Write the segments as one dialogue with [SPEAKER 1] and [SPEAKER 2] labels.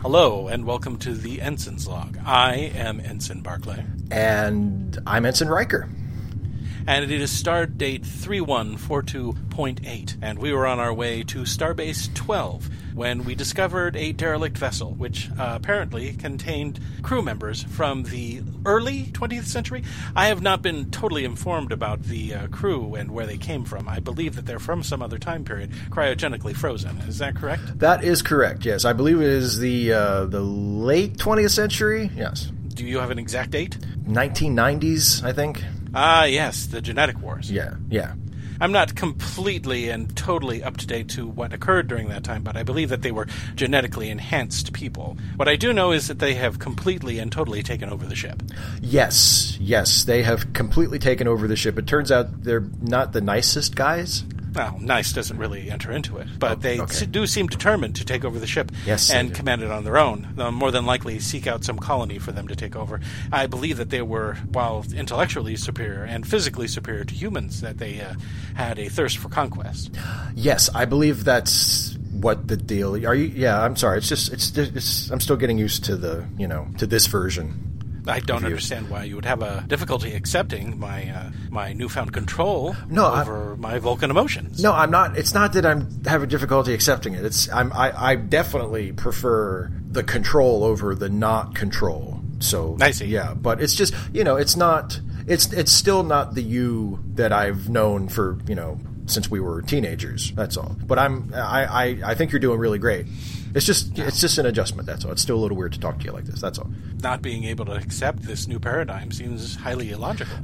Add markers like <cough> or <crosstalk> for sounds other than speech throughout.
[SPEAKER 1] Hello, and welcome to the Ensign's Log. I am Ensign Barclay,
[SPEAKER 2] And I'm Ensign Riker.
[SPEAKER 1] and it is start date 3142.8, and we were on our way to Starbase 12 when we discovered a derelict vessel, which uh, apparently contained crew members from the early 20th century. I have not been totally informed about the uh, crew and where they came from. I believe that they're from some other time period, cryogenically frozen. Is that correct?
[SPEAKER 2] That is correct. Yes, I believe it is the uh, the late 20th century. Yes,
[SPEAKER 1] Do you have an exact date?
[SPEAKER 2] 1990s, I think.
[SPEAKER 1] Ah, yes, the genetic wars.
[SPEAKER 2] Yeah, yeah.
[SPEAKER 1] I'm not completely and totally up to date to what occurred during that time, but I believe that they were genetically enhanced people. What I do know is that they have completely and totally taken over the ship.
[SPEAKER 2] Yes, yes. They have completely taken over the ship. It turns out they're not the nicest guys.
[SPEAKER 1] Well, nice doesn't really enter into it, but they
[SPEAKER 2] Oh, okay.
[SPEAKER 1] s- do seem determined to take over the ship
[SPEAKER 2] Yes, they
[SPEAKER 1] and
[SPEAKER 2] do.
[SPEAKER 1] command it on their own. They'll more than likely seek out some colony for them to take over. I believe that they were, while intellectually superior and physically superior to humans, that they uh, had a thirst for conquest.
[SPEAKER 2] Yes, I believe that's what the deal. Are you? Yeah, I'm sorry. It's just it's, it's I'm still getting used to the you know to this version.
[SPEAKER 1] I don't understand why you would have a difficulty accepting my uh, my newfound control
[SPEAKER 2] No, I-
[SPEAKER 1] over my Vulcan emotions.
[SPEAKER 2] No, I'm not. It's not that I'm having difficulty accepting it. It's I'm I, I definitely prefer the control over the not control. So
[SPEAKER 1] I see.
[SPEAKER 2] Yeah, but it's just you know it's not it's it's still not the you that I've known for you know since we were teenagers. That's all. But I'm I I, I think you're doing really great. It's just it's just an adjustment. That's all. It's still a little weird to talk to you like this. That's all.
[SPEAKER 1] Not being able to accept this new paradigm seems highly illogical.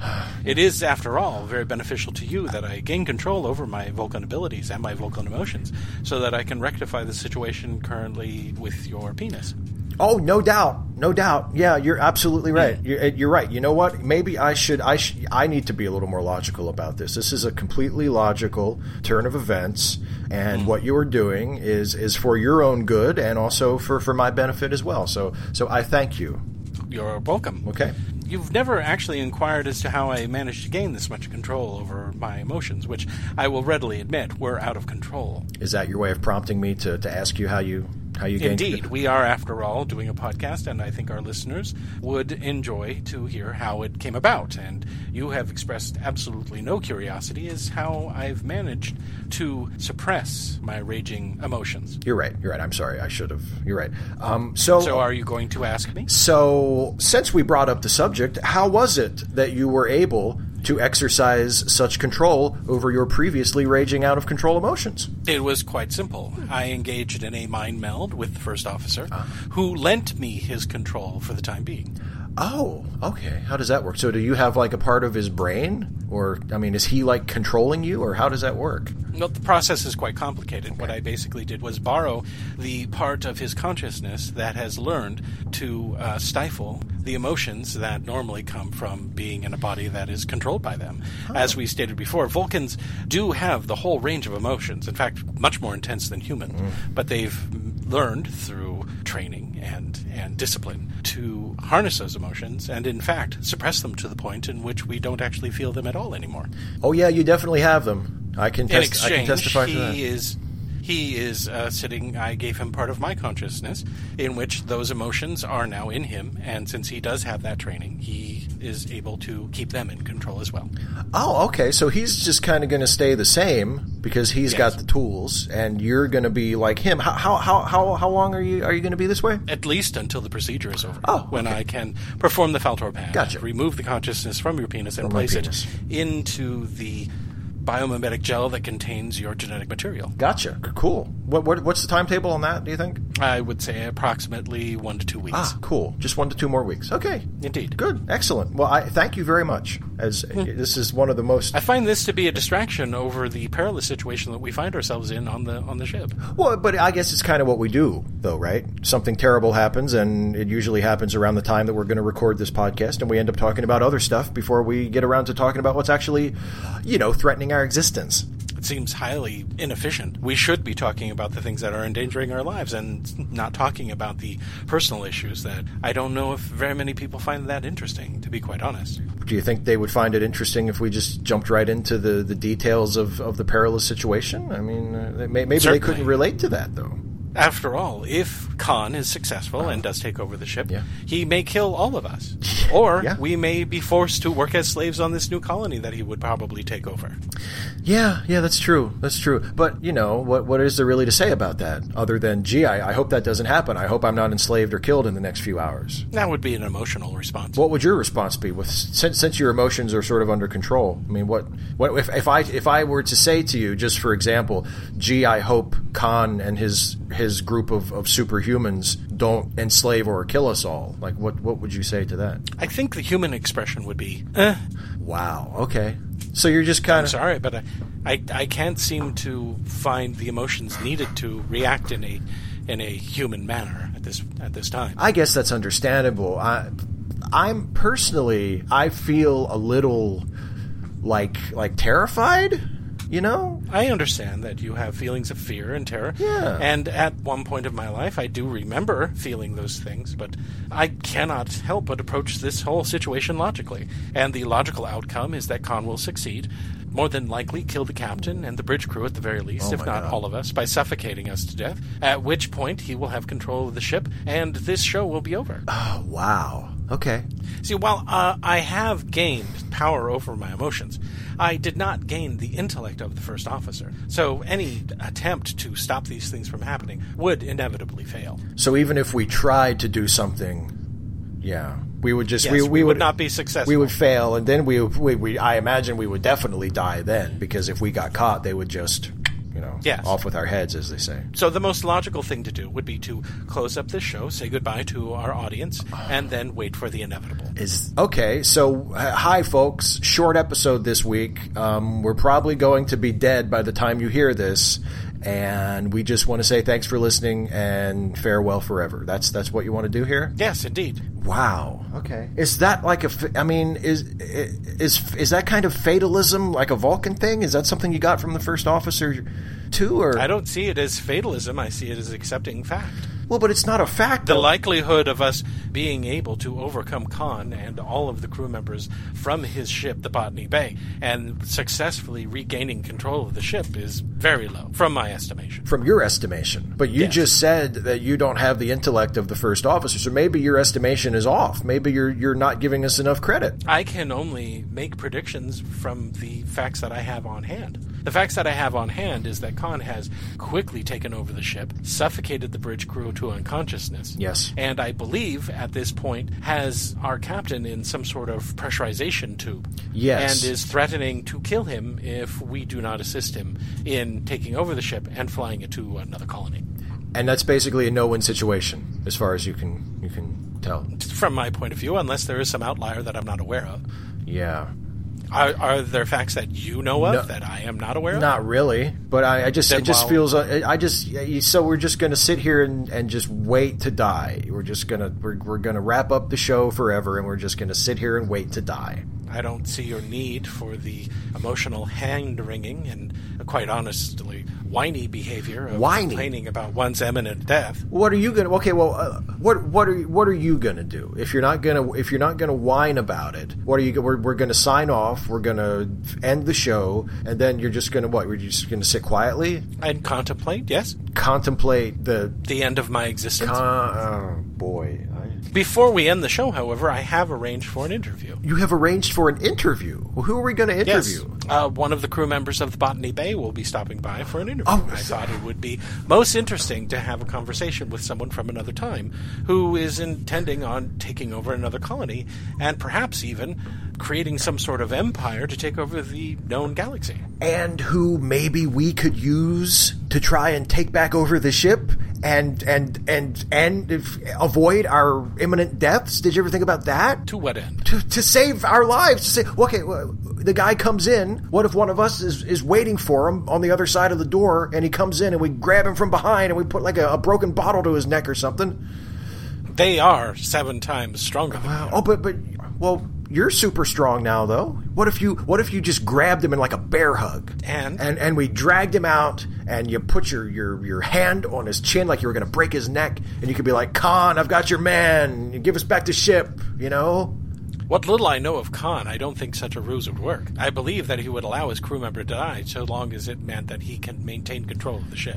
[SPEAKER 1] it is, after all, very beneficial to you that I gain control over my Vulcan abilities and my Vulcan emotions, so that I can rectify the situation currently with your penis.
[SPEAKER 2] Oh, no doubt, no doubt. Yeah, you're absolutely right. You're, you're right. You know what? Maybe I should. I sh- I need to be a little more logical about this. This is a completely logical turn of events, and
[SPEAKER 1] Hmm.
[SPEAKER 2] what you are doing is is for your own good and also for for my benefit as well. So so I thank you.
[SPEAKER 1] You're welcome.
[SPEAKER 2] Okay.
[SPEAKER 1] You've never actually inquired as to how I managed to gain this much control over my emotions, which I will readily admit were out of control.
[SPEAKER 2] Is that your way of prompting me to, to ask you how you how you gained
[SPEAKER 1] Indeed, we are, after all, doing a podcast, and I think our listeners would enjoy to hear how it came about. And you have expressed absolutely no curiosity as how I've managed to suppress my raging emotions.
[SPEAKER 2] You're right. You're right. I'm sorry. I should have. You're right. Um. So
[SPEAKER 1] So, are you going to ask me?
[SPEAKER 2] So, since we brought up the subject, how was it that you were able to exercise such control over your previously raging out of control emotions?
[SPEAKER 1] It was quite simple. I engaged in a mind meld with the first officer, who lent me his control for the time being.
[SPEAKER 2] Oh, okay. How does that work? So, do you have like a part of his brain? Or, I mean, is he like controlling you? Or how does that work?
[SPEAKER 1] Well, the process is quite complicated. What I basically did was borrow the part of his consciousness that has learned to uh, stifle the emotions that normally come from being in a body that is controlled by them. As we stated before, Vulcans do have the whole range of emotions, in fact, much more intense than humans, but they've learned through training and, and discipline to harness those emotions and, in fact, suppress them to the point in which we don't actually feel them at all anymore
[SPEAKER 2] Oh, yeah, you definitely have them. I can,
[SPEAKER 1] in
[SPEAKER 2] test- I can
[SPEAKER 1] exchange,
[SPEAKER 2] testify
[SPEAKER 1] he
[SPEAKER 2] to that.
[SPEAKER 1] is he is uh, sitting. I gave him part of my consciousness, in which those emotions are now in him, and since he does have that training, he is able to keep them in control as well.
[SPEAKER 2] Oh, okay. So he's just kind of going to stay the same because he's
[SPEAKER 1] Yes.
[SPEAKER 2] got the tools, and you're going to be like him. How, how, how, how, how long are you are you going to be this way?
[SPEAKER 1] At least until the procedure is over.
[SPEAKER 2] Oh,
[SPEAKER 1] when I can perform the Faltor pad,
[SPEAKER 2] Gotcha.
[SPEAKER 1] remove the consciousness from your penis and
[SPEAKER 2] my
[SPEAKER 1] place
[SPEAKER 2] penis.
[SPEAKER 1] it into the biomimetic gel that contains your genetic material.
[SPEAKER 2] Gotcha. Cool. What, what what's the timetable on that? Do you think?
[SPEAKER 1] I would say approximately one to two weeks.
[SPEAKER 2] Ah, cool. Just one to two more weeks. Okay.
[SPEAKER 1] Indeed.
[SPEAKER 2] Good. Excellent. Well, I thank you very much. As this is one of the most
[SPEAKER 1] I find this to be a distraction over the perilous situation that we find ourselves in on the on the ship.
[SPEAKER 2] well, but I guess it's kind of what we do, though, right? Something terrible happens, and it usually happens around the time that we're going to record this podcast, and we end up talking about other stuff before we get around to talking about what's actually, you know, threatening our existence.
[SPEAKER 1] It seems highly inefficient. We should be talking about the things that are endangering our lives and not talking about the personal issues that I don't know if very many people find that interesting, to be quite honest.
[SPEAKER 2] Do you think they would find it interesting if we just jumped right into the, the details of, of the perilous situation? I mean, uh, they may, maybe they
[SPEAKER 1] Certainly.
[SPEAKER 2] couldn't relate to that, though.
[SPEAKER 1] After all, if Khan is successful and does take over the ship,
[SPEAKER 2] Yeah.
[SPEAKER 1] he may kill all of
[SPEAKER 2] <laughs>
[SPEAKER 1] us. Or
[SPEAKER 2] Yeah.
[SPEAKER 1] we may be forced to work as slaves on this new colony that he would probably take over.
[SPEAKER 2] Yeah, yeah, that's true. That's true. But you know what? What is there really to say about that other than, gee, I, I hope that doesn't happen. I hope I'm not enslaved or killed in the next few hours.
[SPEAKER 1] That would be an emotional response.
[SPEAKER 2] What would your response be? With since, since your emotions are sort of under control, I mean, what, what if, if I if I were to say to you, just for example, gee, I hope Khan and his his group of, of superhumans don't enslave or kill us all. Like, what what would you say to that?
[SPEAKER 1] I think the human expression would be, eh,
[SPEAKER 2] Wow. Okay. So you're just kind
[SPEAKER 1] I'm
[SPEAKER 2] of
[SPEAKER 1] sorry, but I, I, I can't seem to find the emotions needed to react in a in a human manner at this at this time.
[SPEAKER 2] I guess that's understandable. I, I'm personally, I feel a little like like terrified. You know,
[SPEAKER 1] I understand that you have feelings of fear and terror.
[SPEAKER 2] Yeah.
[SPEAKER 1] And at one point of my life, I do remember feeling those things, but I cannot help but approach this whole situation logically. And the logical outcome is that Khan will succeed, more than likely kill the captain and the bridge crew at the very least, if
[SPEAKER 2] Oh my
[SPEAKER 1] not
[SPEAKER 2] God.
[SPEAKER 1] all of us, by suffocating us to death, at which point he will have control of the ship, and this show will be over.
[SPEAKER 2] oh, wow. Okay.
[SPEAKER 1] See, while uh, I have gained power over my emotions, I did not gain the intellect of the first officer. So any attempt to stop these things from happening would inevitably fail.
[SPEAKER 2] So even if we tried to do something, yeah, we would just
[SPEAKER 1] Yes,
[SPEAKER 2] we,
[SPEAKER 1] we would not be successful.
[SPEAKER 2] We would fail, and then we, we we I imagine we would definitely die then because if we got caught, they would just you know
[SPEAKER 1] Yes.
[SPEAKER 2] off with our heads, as they say.
[SPEAKER 1] So the most logical thing to do would be to close up this show, say goodbye to our audience, and then wait for the inevitable.
[SPEAKER 2] is okay. So, h- hi, folks. Short episode this week. Um, we're probably going to be dead by the time you hear this, and we just want to say thanks for listening and farewell forever. That's that's what you want to do here.
[SPEAKER 1] Yes, indeed.
[SPEAKER 2] Wow. Okay. Is that like a? f- I mean, is is is that kind of fatalism like a Vulcan thing? Is that something you got from the first officer, too? Or
[SPEAKER 1] I don't see it as fatalism. I see it as accepting fact.
[SPEAKER 2] well, but it's not a fact.
[SPEAKER 1] The
[SPEAKER 2] though.
[SPEAKER 1] likelihood of us being able to overcome Khan and all of the crew members from his ship, the Botany Bay, and successfully regaining control of the ship is very low, from my estimation.
[SPEAKER 2] from your estimation. But you
[SPEAKER 1] Yes.
[SPEAKER 2] just said that you don't have the intellect of the first officer, so maybe your estimation is off. Maybe you're you're not giving us enough credit.
[SPEAKER 1] I can only make predictions from the facts that I have on hand. The facts that I have on hand is that Khan has quickly taken over the ship, suffocated the bridge crew to unconsciousness.
[SPEAKER 2] Yes.
[SPEAKER 1] And I believe at this point has our captain in some sort of pressurization tube.
[SPEAKER 2] Yes.
[SPEAKER 1] And is threatening to kill him if we do not assist him in taking over the ship and flying it to another colony.
[SPEAKER 2] And that's basically a no-win situation as far as you can you can tell.
[SPEAKER 1] From my point of view, unless there is some outlier that I'm not aware of.
[SPEAKER 2] Yeah.
[SPEAKER 1] Are, are there facts that you know of
[SPEAKER 2] No.
[SPEAKER 1] that I am not aware of?
[SPEAKER 2] Not really, but I, I just
[SPEAKER 1] Then
[SPEAKER 2] it just
[SPEAKER 1] while-
[SPEAKER 2] feels I I just yeah, you- so we're just gonna sit here and, and just wait to die. We're just gonna we're, we're gonna wrap up the show forever, and we're just gonna sit here and wait to die.
[SPEAKER 1] I don't see your need for the emotional hand wringing and, uh, quite honestly, whiny behavior of
[SPEAKER 2] Whiny?
[SPEAKER 1] complaining about one's imminent death.
[SPEAKER 2] What are you gonna? Okay, well, uh, what what are what are you gonna do if you're not gonna if you're not gonna whine about it? What are you? We're, we're gonna sign off. We're gonna end the show, and then you're just gonna what? We're just gonna sit quietly,
[SPEAKER 1] And contemplate, yes,
[SPEAKER 2] contemplate the.
[SPEAKER 1] the end of my existence.
[SPEAKER 2] Uh, oh boy, I,
[SPEAKER 1] Before we end the show, however, I have arranged for an interview.
[SPEAKER 2] you have arranged for an interview. Well, who are we gonna interview?
[SPEAKER 1] Yes. Uh, one of the crew members of the Botany Bay will be stopping by for an interview.
[SPEAKER 2] Oh,
[SPEAKER 1] I
[SPEAKER 2] s-
[SPEAKER 1] thought it would be most interesting to have a conversation with someone from another time who is intending on taking over another colony and perhaps even creating some sort of empire to take over the known galaxy.
[SPEAKER 2] And who maybe we could use to try and take back over the ship and and and and if, avoid our imminent deaths? Did you ever think about that?
[SPEAKER 1] To what end?
[SPEAKER 2] to, to save our lives. To say, okay, well, the guy comes in. What if one of us is, is waiting for him on the other side of the door, and he comes in, and we grab him from behind, and we put like a, a broken bottle to his neck or something?
[SPEAKER 1] They are seven times stronger than
[SPEAKER 2] Oh, but but well, you're super strong now, though. What if you what if you just grabbed him in like a bear hug,
[SPEAKER 1] And?
[SPEAKER 2] and and we dragged him out, and you put your your your hand on his chin like you were going to break his neck, and you could be like, Khan, I've got your man. Give us back the ship, you know.
[SPEAKER 1] What little I know of Khan, I don't think such a ruse would work. I believe that he would allow his crew member to die so long as it meant that he can maintain control of the ship.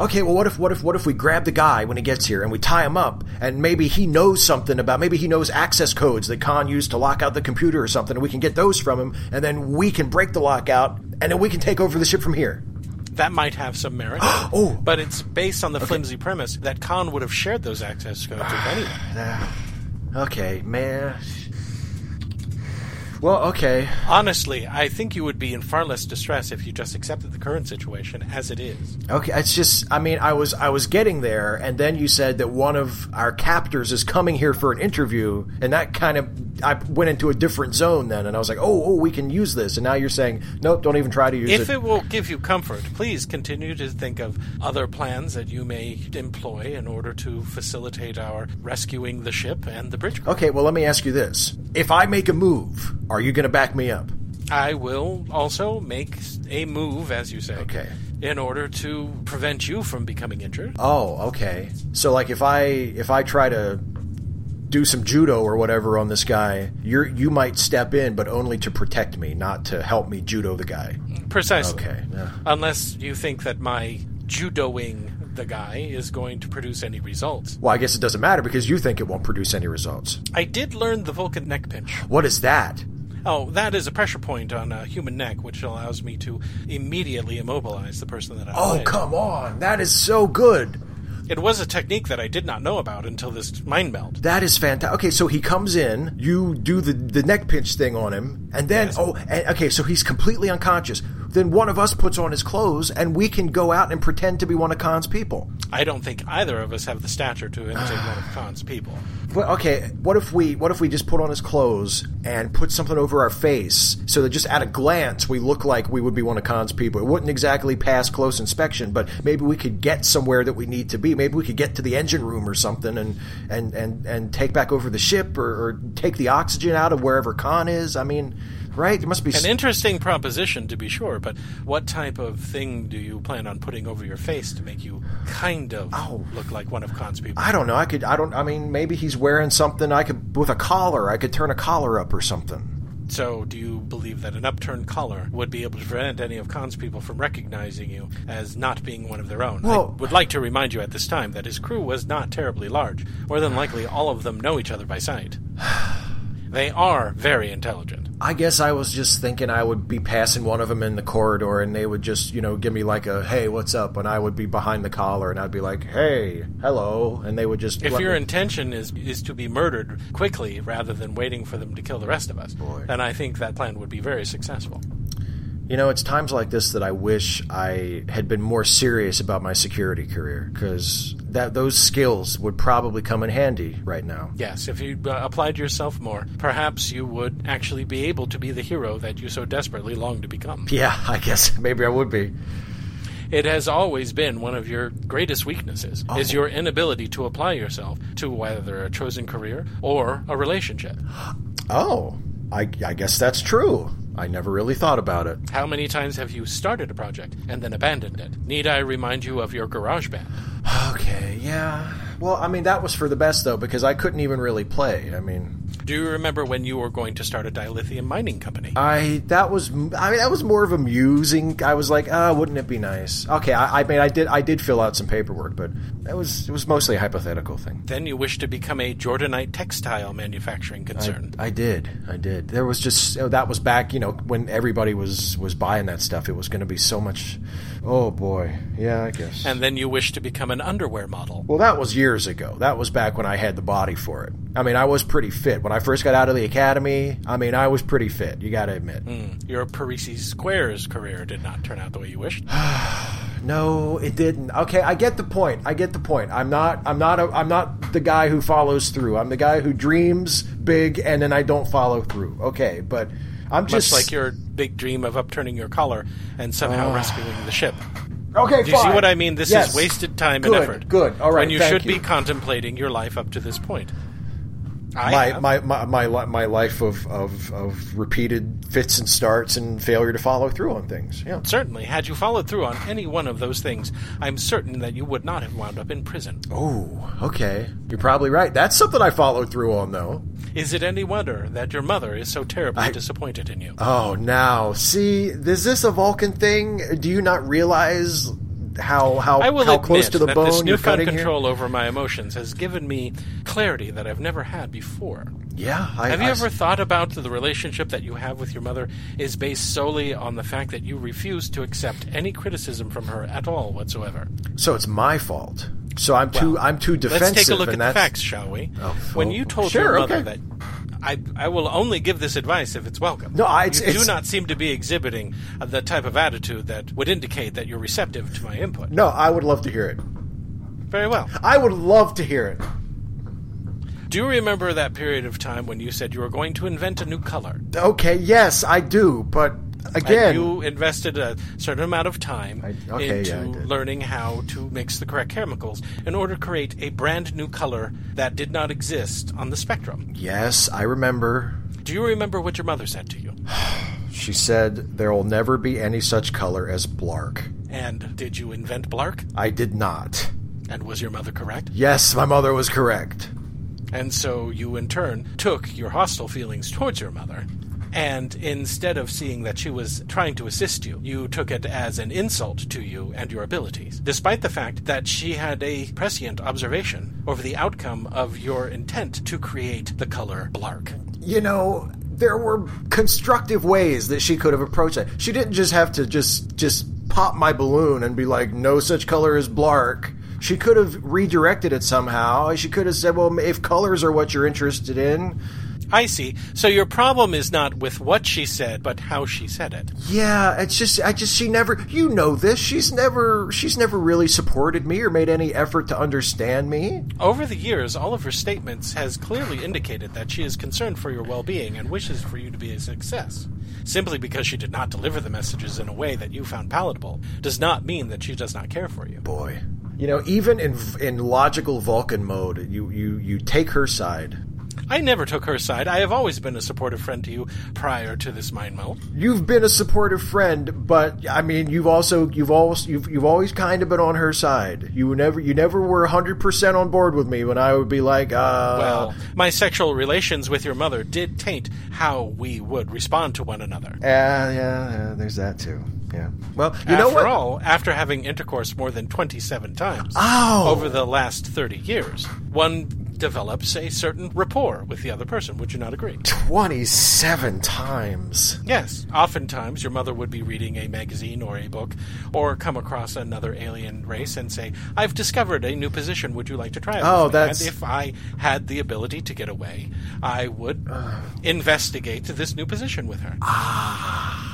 [SPEAKER 2] Okay, well, what if what if what if we grab the guy when he gets here and we tie him up, and maybe he knows something about maybe he knows access codes that Khan used to lock out the computer or something, and we can get those from him, and then we can break the lockout, and then we can take over the ship from here.
[SPEAKER 1] That might have some merit.
[SPEAKER 2] <gasps> Oh.
[SPEAKER 1] But it's based on the flimsy premise that Khan would have shared those access codes
[SPEAKER 2] <sighs>
[SPEAKER 1] with anyone.
[SPEAKER 2] Okay, man. Well, okay.
[SPEAKER 1] Honestly, I think you would be in far less distress if you just accepted the current situation as it is.
[SPEAKER 2] Okay, it's just I mean, I was I was getting there and then you said that one of our captors is coming here for an interview and that kind of I went into a different zone then and I was like, "Oh, oh, we can use this." And now you're saying, "Nope, don't even try to use
[SPEAKER 1] If it will give you comfort, please continue to think of other plans that you may employ in order to facilitate our rescuing the ship and the bridge. crew.
[SPEAKER 2] Okay, well, let me ask you this. If I make a move, are you going to back me up?
[SPEAKER 1] I will also make a move, as you say,
[SPEAKER 2] Okay.
[SPEAKER 1] in order to prevent you from becoming injured.
[SPEAKER 2] Oh, okay. So like if I if I try to do some judo or whatever on this guy, you you might step in but only to protect me, not to help me judo the guy.
[SPEAKER 1] Precisely.
[SPEAKER 2] Okay. yeah.
[SPEAKER 1] Unless you think that my judoing the guy is going to produce any results.
[SPEAKER 2] Well, I guess it doesn't matter because you think it won't produce any results.
[SPEAKER 1] I did learn the Vulcan neck pinch.
[SPEAKER 2] What is that?
[SPEAKER 1] Oh, that is a pressure point on a human neck, which allows me to immediately immobilize the person that I
[SPEAKER 2] Oh,
[SPEAKER 1] played.
[SPEAKER 2] come on. That is so good.
[SPEAKER 1] It was a technique that I did not know about until this mind meld.
[SPEAKER 2] That is fantastic. Okay, so he comes in, you do the, the neck pinch thing on him, and then, oh, and, okay, so he's completely unconscious. Then one of us puts on his clothes, and we can go out and pretend to be one of Khan's people.
[SPEAKER 1] I don't think either of us have the stature to imitate one
[SPEAKER 2] <sighs>
[SPEAKER 1] of Khan's people.
[SPEAKER 2] But, okay, what if we what if we just put on his clothes and put something over our face so that just at a glance we look like we would be one of Khan's people? It wouldn't exactly pass close inspection, but maybe we could get somewhere that we need to be. Maybe we could get to the engine room or something and and and and take back over the ship or, or take the oxygen out of wherever Khan is. I mean, right? There must be. s-
[SPEAKER 1] An interesting proposition, to be sure, but what type of thing do you plan on putting over your face to make you kind of look like one of Khan's people?
[SPEAKER 2] I don't know. I could. I don't. I mean, maybe he's wearing something. I could with a collar. I could turn a collar up or something.
[SPEAKER 1] So, do you believe that an upturned collar would be able to prevent any of Khan's people from recognizing you as not being one of their own?
[SPEAKER 2] Well-
[SPEAKER 1] I would like to remind you at this time that his crew was not terribly large. More than likely, all of them know each other by sight. <sighs> They are very intelligent.
[SPEAKER 2] I guess I was just thinking I would be passing one of them in the corridor and they would just, you know, give me like a, hey, what's up? And I would be behind the collar and I'd be like, hey, hello. And they would just.
[SPEAKER 1] If
[SPEAKER 2] let
[SPEAKER 1] your
[SPEAKER 2] me-
[SPEAKER 1] intention is is to be murdered quickly rather than waiting for them to kill the rest of us,
[SPEAKER 2] Boy.
[SPEAKER 1] then I think that plan would be very successful.
[SPEAKER 2] You know, it's times like this that I wish I had been more serious about my security career because that those skills would probably come in handy right now.
[SPEAKER 1] Yes, if you uh, applied yourself more, perhaps you would actually be able to be the hero that you so desperately long to become.
[SPEAKER 2] Yeah, <laughs> I guess maybe I would be.
[SPEAKER 1] It has always been one of your greatest weaknesses is your inability to apply yourself to whether a chosen career or a relationship.
[SPEAKER 2] Oh, I, I guess that's true. I never really thought about it. <sighs>
[SPEAKER 1] How many times have you started a project and then abandoned it? Need I remind you of your garage band?
[SPEAKER 2] Okay, yeah. Well, I mean, that was for the best though because I couldn't even really play. I mean,
[SPEAKER 1] Do you remember when you were going to start a dilithium mining company?
[SPEAKER 2] I that was I mean that was more of amusing. I was like, ah, wouldn't it be nice? Okay, I, I mean I did I did fill out some paperwork, but that was it was mostly a hypothetical thing.
[SPEAKER 1] Then you wish to become a Jordanite textile manufacturing concern.
[SPEAKER 2] I did, I did. There was just oh, that was back, you know, when everybody was was buying that stuff. It was going to be so much. Oh boy, yeah, I guess.
[SPEAKER 1] and then you wish to become an underwear model.
[SPEAKER 2] well, that was years ago. That was back when I had the body for it. I mean, I was pretty fit when I first got out of the academy. I mean, I was pretty fit. You got to admit.
[SPEAKER 1] Your Parisi Squares career did not turn out the way you wished.
[SPEAKER 2] No, it didn't. Okay, I get the point. I get the point. I'm not. I'm not. A, I'm not the guy who follows through. I'm the guy who dreams big and then I don't follow through. Okay, but I'm
[SPEAKER 1] Much
[SPEAKER 2] just
[SPEAKER 1] like your big dream of upturning your collar and somehow rescuing the ship.
[SPEAKER 2] Okay,
[SPEAKER 1] Do you
[SPEAKER 2] fine.
[SPEAKER 1] see what I mean? This
[SPEAKER 2] Yes.
[SPEAKER 1] is wasted time
[SPEAKER 2] Good,
[SPEAKER 1] and effort.
[SPEAKER 2] Good. All right.
[SPEAKER 1] When you
[SPEAKER 2] thank
[SPEAKER 1] should be contemplating your life up to this point. I
[SPEAKER 2] my,
[SPEAKER 1] have.
[SPEAKER 2] my, my, my, li- my life of, of, of repeated fits and starts and failure to follow through on things. Yeah.
[SPEAKER 1] Certainly, had you followed through on any one of those things, I'm certain that you would not have wound up in prison.
[SPEAKER 2] Oh, okay. You're probably right. That's something I followed through on, though.
[SPEAKER 1] Is it any wonder that your mother is so terribly disappointed in you?
[SPEAKER 2] Oh, now see, is this a Vulcan thing? Do you not realize how how
[SPEAKER 1] I will
[SPEAKER 2] how
[SPEAKER 1] admit
[SPEAKER 2] close to the
[SPEAKER 1] that
[SPEAKER 2] bone
[SPEAKER 1] this
[SPEAKER 2] you're
[SPEAKER 1] newfound
[SPEAKER 2] cutting
[SPEAKER 1] control over my emotions has given me clarity that I've never had before.
[SPEAKER 2] here? Yeah, I,
[SPEAKER 1] Have you
[SPEAKER 2] I-
[SPEAKER 1] ever thought about the relationship that you have with your mother is based solely on the fact that you refuse to accept any criticism from her at all whatsoever?
[SPEAKER 2] So it's my fault. So I'm too I'm too defensive.
[SPEAKER 1] Let's take a look at
[SPEAKER 2] and
[SPEAKER 1] the
[SPEAKER 2] that's,
[SPEAKER 1] facts, shall we?
[SPEAKER 2] Oh,
[SPEAKER 1] when
[SPEAKER 2] well,
[SPEAKER 1] you told
[SPEAKER 2] sure,
[SPEAKER 1] your mother
[SPEAKER 2] okay.
[SPEAKER 1] that I, I will only give this advice if it's welcome.
[SPEAKER 2] No, I- it's-
[SPEAKER 1] you do
[SPEAKER 2] it's-
[SPEAKER 1] not seem to be exhibiting uh, the type of attitude that would indicate that you're receptive to my input.
[SPEAKER 2] No, I would love to hear it.
[SPEAKER 1] Very well.
[SPEAKER 2] I would love to hear it.
[SPEAKER 1] Do you remember that period of time when you said you were going to invent a new color?
[SPEAKER 2] Okay, yes, I do, but
[SPEAKER 1] And
[SPEAKER 2] again,
[SPEAKER 1] you invested a certain amount of time
[SPEAKER 2] I- okay,
[SPEAKER 1] into
[SPEAKER 2] yeah, I did.
[SPEAKER 1] learning how to mix the correct chemicals in order to create a brand new color that did not exist on the spectrum.
[SPEAKER 2] yes, I remember.
[SPEAKER 1] Do you remember what your mother said to you?
[SPEAKER 2] She said there will never be any such color as blark.
[SPEAKER 1] And did you invent Blark?
[SPEAKER 2] I did not.
[SPEAKER 1] And was your mother correct?
[SPEAKER 2] Yes, my mother was correct.
[SPEAKER 1] And so you, in turn, took your hostile feelings towards your mother. And instead of seeing that she was trying to assist you, you took it as an insult to you and your abilities, despite the fact that she had a prescient observation over the outcome of your intent to create the color Blark.
[SPEAKER 2] You know, there were constructive ways that she could have approached it. She didn't just have to just just pop my balloon and be like, "No such color as blark." She could have redirected it somehow. She could have said, "Well, if colors are what you're interested in,
[SPEAKER 1] I see. So your problem is not with what she said, but how she said it.
[SPEAKER 2] Yeah, it's just I just she never you know this. She's never she's never really supported me or made any effort to understand me.
[SPEAKER 1] Over the years, all of her statements has clearly indicated that she is concerned for your well-being and wishes for you to be a success. Simply because she did not deliver the messages in a way that you found palatable does not mean that she does not care for you.
[SPEAKER 2] Boy. You know, even in in logical Vulcan mode, you you you take her side.
[SPEAKER 1] I never took her side. I have always been a supportive friend to you prior to this mind meld.
[SPEAKER 2] You've been a supportive friend, but I mean, you've also you've always you've you've always kind of been on her side. You were never you never were 100% on board with me when I would be like, uh
[SPEAKER 1] Well, my sexual relations with your mother did taint how we would respond to one another.
[SPEAKER 2] yeah, yeah, yeah, there's that too. Yeah. Well, you know
[SPEAKER 1] after
[SPEAKER 2] what?
[SPEAKER 1] all, after having intercourse more than 27 times
[SPEAKER 2] Ow.
[SPEAKER 1] over the last 30 years, one develops a certain rapport with the other person. Would you not
[SPEAKER 2] <laughs>
[SPEAKER 1] agree?
[SPEAKER 2] 27 times.
[SPEAKER 1] Yes. Oftentimes, your mother would be reading a magazine or a book or come across another alien race and say, I've discovered a new position. Would you like to try it?
[SPEAKER 2] Oh,
[SPEAKER 1] with me?"
[SPEAKER 2] that's-
[SPEAKER 1] And if I had the ability to get away, I would investigate this new position with her. Ah.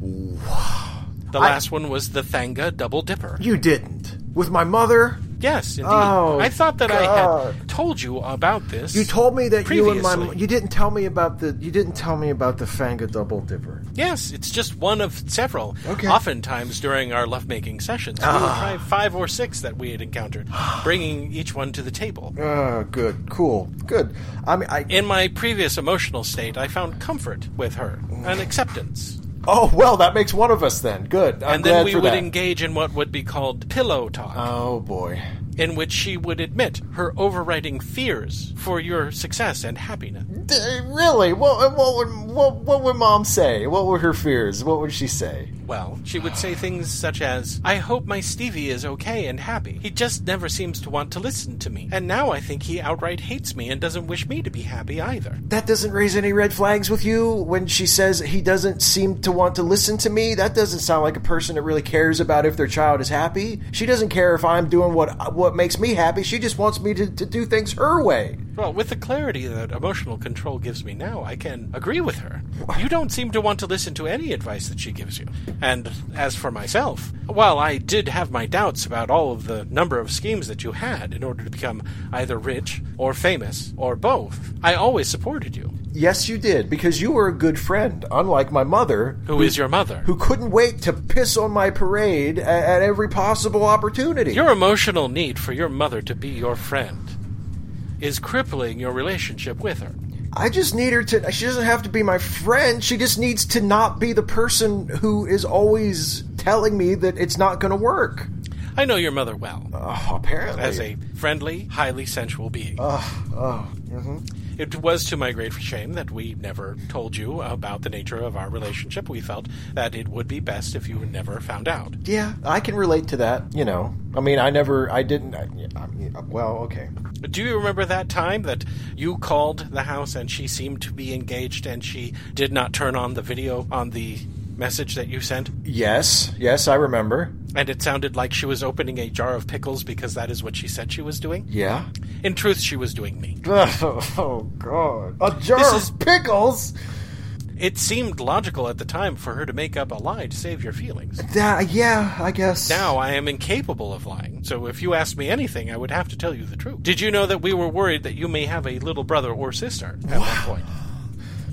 [SPEAKER 1] The last one was the Thanga Double Dipper.
[SPEAKER 2] You didn't. With my mother,
[SPEAKER 1] Yes, indeed.
[SPEAKER 2] Oh,
[SPEAKER 1] I thought that I
[SPEAKER 2] God.
[SPEAKER 1] had told you about this.
[SPEAKER 2] you told me that you and my
[SPEAKER 1] Previously.
[SPEAKER 2] you didn't tell me about the you didn't tell me about the Fanga double dipper.
[SPEAKER 1] Yes, it's just one of several.
[SPEAKER 2] Okay. Ah.
[SPEAKER 1] Oftentimes during our lovemaking sessions, we would try five or six that we had
[SPEAKER 2] <gasps>
[SPEAKER 1] encountered, bringing each one to the table.
[SPEAKER 2] Uh, good, cool, good. I mean, I
[SPEAKER 1] In my previous emotional state, I found comfort with her
[SPEAKER 2] Mm.
[SPEAKER 1] and acceptance.
[SPEAKER 2] oh well, that makes one of us then. Good. I'm
[SPEAKER 1] and
[SPEAKER 2] glad
[SPEAKER 1] then we
[SPEAKER 2] for
[SPEAKER 1] would
[SPEAKER 2] that.
[SPEAKER 1] engage in what would be called pillow talk,
[SPEAKER 2] oh boy.
[SPEAKER 1] in which she would admit her overriding fears for your success and happiness.
[SPEAKER 2] D- really? What what would what, what would mom say? What were her fears? What would she say?
[SPEAKER 1] Well, she would say things such as, I hope my Stevie is okay and happy. He just never seems to want to listen to me. And now I think he outright hates me and doesn't wish me to be happy either.
[SPEAKER 2] That doesn't raise any red flags with you when she says he doesn't seem to want to listen to me. That doesn't sound like a person that really cares about if their child is happy. She doesn't care if I'm doing what what makes me happy. She just wants me to, to do things her way.
[SPEAKER 1] Well, with the clarity that emotional control gives me now, I can agree with her. You don't seem to want to listen to any advice that she gives you. And as for myself, while I did have my doubts about all of the number of schemes that you had in order to become either rich or famous or both, I always supported you,
[SPEAKER 2] Yes, you did because you were a good friend, unlike my mother,
[SPEAKER 1] who is your mother.
[SPEAKER 2] who couldn't wait to piss on my parade at, at every possible opportunity.
[SPEAKER 1] Your emotional need for your mother to be your friend is crippling your relationship with her.
[SPEAKER 2] I just need her to. She doesn't have to be my friend. She just needs to not be the person who is always telling me that it's not going to work.
[SPEAKER 1] I know your mother well
[SPEAKER 2] Oh, apparently.
[SPEAKER 1] as a friendly, highly sensual being.
[SPEAKER 2] oh, mhm.
[SPEAKER 1] It was to my great shame that we never told you about the nature of our relationship. We felt that it would be best if you never found out.
[SPEAKER 2] Yeah, I can relate to that. You know, I mean, I never, I didn't. I, I mean, well, okay.
[SPEAKER 1] Do you remember that time that you called the house and she seemed to be engaged and she did not turn on the video on the message that you sent?
[SPEAKER 2] Yes, yes, I remember.
[SPEAKER 1] And it sounded like she was opening a jar of pickles because that is what she said she was doing?
[SPEAKER 2] Yeah.
[SPEAKER 1] In truth, she was doing me.
[SPEAKER 2] <laughs> oh God, a jar
[SPEAKER 1] This
[SPEAKER 2] of
[SPEAKER 1] is-
[SPEAKER 2] pickles.
[SPEAKER 1] It seemed logical at the time for her to make up a lie to save your feelings.
[SPEAKER 2] That, yeah, I guess.
[SPEAKER 1] Now I am incapable of lying, so if you asked me anything, I would have to tell you the truth. Did you know that we were worried that you may have a little brother or sister at one point?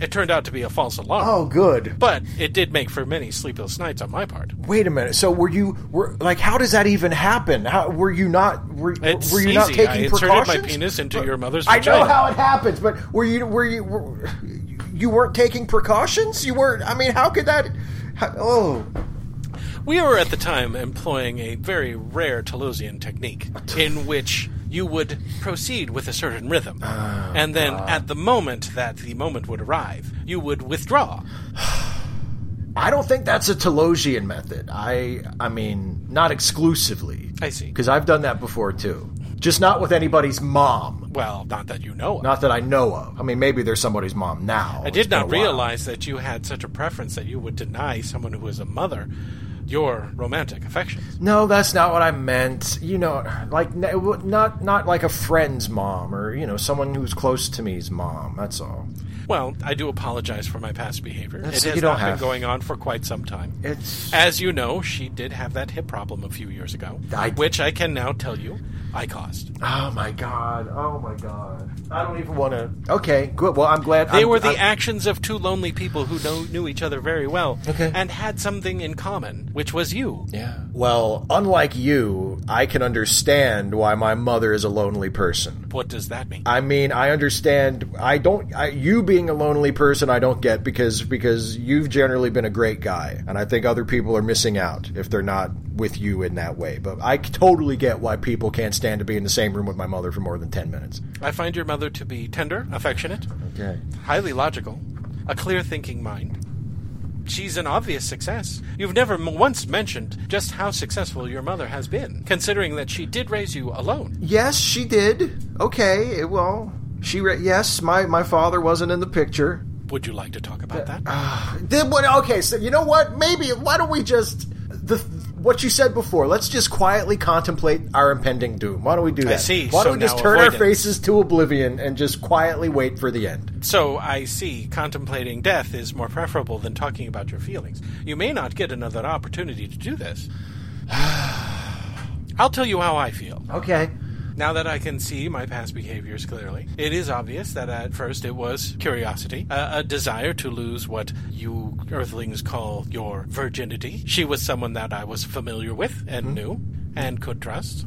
[SPEAKER 1] It turned out to be a false alarm.
[SPEAKER 2] Oh, good.
[SPEAKER 1] But it did make for many sleepless nights on my part.
[SPEAKER 2] Wait a minute. So were you were like how does that even happen? How were you not were,
[SPEAKER 1] It's
[SPEAKER 2] were you not
[SPEAKER 1] easy.
[SPEAKER 2] taking
[SPEAKER 1] I inserted my
[SPEAKER 2] precautions?
[SPEAKER 1] penis into
[SPEAKER 2] But-
[SPEAKER 1] your mother's
[SPEAKER 2] I know
[SPEAKER 1] vagina.
[SPEAKER 2] how it happens, but were you were you were, you weren't taking precautions? You weren't I mean, how could that how, oh,
[SPEAKER 1] We were at the time employing a very rare Toulousian technique in which you would proceed with a certain rhythm.
[SPEAKER 2] Oh,
[SPEAKER 1] and then at the moment that the moment would arrive, you would withdraw.
[SPEAKER 2] I don't think that's a Telosian method. I I mean, not exclusively.
[SPEAKER 1] I see.
[SPEAKER 2] Cuz I've done that before too. Just not with anybody's mom.
[SPEAKER 1] Well, not that you know of.
[SPEAKER 2] Not that I know of. I mean, maybe there's somebody's mom now.
[SPEAKER 1] I did not realize that you had such a preference that you would deny someone who is a mother your romantic affections.
[SPEAKER 2] No, that's not what I meant. You know, like n- w- not not like a friend's mom or you know someone who's close to me's mom. That's all.
[SPEAKER 1] Well, I do apologize for my past behavior.
[SPEAKER 2] That's-
[SPEAKER 1] it has
[SPEAKER 2] you don't
[SPEAKER 1] not
[SPEAKER 2] have-
[SPEAKER 1] been going on for quite some time.
[SPEAKER 2] It's
[SPEAKER 1] As you know, she did have that hip problem a few years ago,
[SPEAKER 2] I-
[SPEAKER 1] which I can now tell you I caused.
[SPEAKER 2] oh my god, oh my god. I don't even want to. Okay, good. Well, I'm glad
[SPEAKER 1] They
[SPEAKER 2] I'm-
[SPEAKER 1] were the
[SPEAKER 2] I'm-
[SPEAKER 1] actions of two lonely people who know, knew each other very well
[SPEAKER 2] Okay.
[SPEAKER 1] and had something in common, which was you.
[SPEAKER 2] yeah. Well, unlike you, I can understand why my mother is a lonely person.
[SPEAKER 1] What does that mean?
[SPEAKER 2] I mean, I understand. I don't. I, you being a lonely person, I don't get because because you've generally been a great guy, and I think other people are missing out if they're not with you in that way. But I totally get why people can't stand to be in the same room with my mother for more than ten minutes.
[SPEAKER 1] I find your mother to be tender, affectionate,
[SPEAKER 2] Okay.
[SPEAKER 1] highly logical, a clear thinking mind. She's an obvious success. You've never m- once mentioned just how successful your mother has been, considering that she did raise you alone.
[SPEAKER 2] Yes, she did. Okay. it- Well, she. Re- yes, my my father wasn't in the picture.
[SPEAKER 1] Would you like to talk about that?
[SPEAKER 2] Uh, Then what? Okay, so you know what? Maybe why don't we just the what you said before? Let's just quietly contemplate our impending doom. Why don't we do that?
[SPEAKER 1] see.
[SPEAKER 2] Why
[SPEAKER 1] So
[SPEAKER 2] don't we just
[SPEAKER 1] now
[SPEAKER 2] turn our
[SPEAKER 1] avoidance.
[SPEAKER 2] faces to oblivion and just quietly wait for the end?
[SPEAKER 1] So I see contemplating death is more preferable than talking about your feelings. You may not get another opportunity to do this. <sighs> I'll tell you how I feel.
[SPEAKER 2] Okay.
[SPEAKER 1] Now that I can see my past behaviors clearly, it is obvious that at first it was curiosity, a, a desire to lose what you earthlings call your virginity. She was someone that I was familiar with and knew and could trust.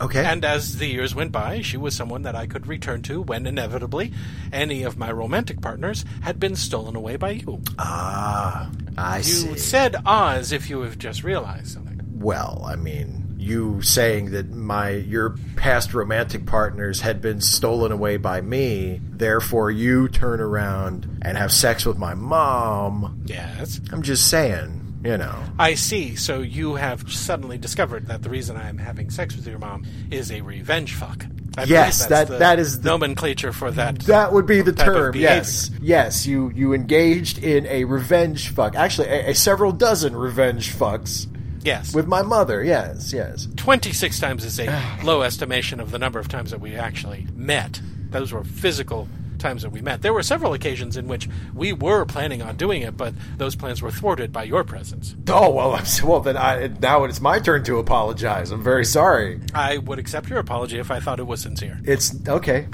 [SPEAKER 2] Okay.
[SPEAKER 1] And as the years went by, she was someone that I could return to when inevitably any of my romantic partners had been stolen away by you.
[SPEAKER 2] ah, I
[SPEAKER 1] You said ah as if you have just realized something.
[SPEAKER 2] Well, I mean, you saying that my your past romantic partners had been stolen away by me, therefore you turn around and have sex with my mom.
[SPEAKER 1] Yes.
[SPEAKER 2] I'm just saying, you know.
[SPEAKER 1] I see. So you have suddenly discovered that the reason I'm having sex with your mom is a revenge fuck. I believe
[SPEAKER 2] Yes, that- that is the-
[SPEAKER 1] nomenclature for that.
[SPEAKER 2] That would be the
[SPEAKER 1] Type of
[SPEAKER 2] term.
[SPEAKER 1] behavior.
[SPEAKER 2] Yes, yes. You you engaged in a revenge fuck. Actually, a, a several dozen revenge fucks
[SPEAKER 1] yes,
[SPEAKER 2] with my mother. Yes, yes.
[SPEAKER 1] 26 times is a low estimation of the number of times that we actually met. Those were physical times that we met. There were several occasions in which we were planning on doing it, but those plans were thwarted by your presence.
[SPEAKER 2] Oh well. I'm, <laughs> s- well then, I, now it's my turn to apologize. I'm very sorry.
[SPEAKER 1] I would accept your apology if I thought it was sincere.
[SPEAKER 2] It's okay.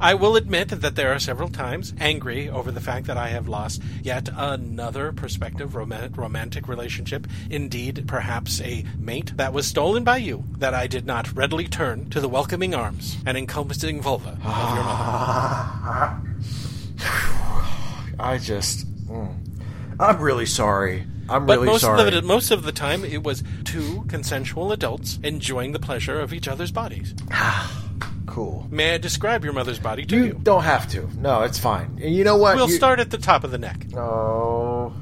[SPEAKER 1] I will admit that there are several times angry over the fact that I have lost yet another prospective romantic, romantic relationship, indeed, perhaps a mate, that was stolen by you, that I did not readily turn to the welcoming arms and encompassing vulva of your mother.
[SPEAKER 2] Ah. I just. mm. I'm really sorry. I'm
[SPEAKER 1] But
[SPEAKER 2] really
[SPEAKER 1] most,
[SPEAKER 2] sorry.
[SPEAKER 1] Of the, most of the time, it was two consensual adults enjoying the pleasure of each other's bodies.
[SPEAKER 2] cool.
[SPEAKER 1] May I describe your mother's body to
[SPEAKER 2] You,
[SPEAKER 1] you?
[SPEAKER 2] don't have to. No, it's fine. And you know what?
[SPEAKER 1] We'll
[SPEAKER 2] You-
[SPEAKER 1] start at the top of the neck.
[SPEAKER 2] Oh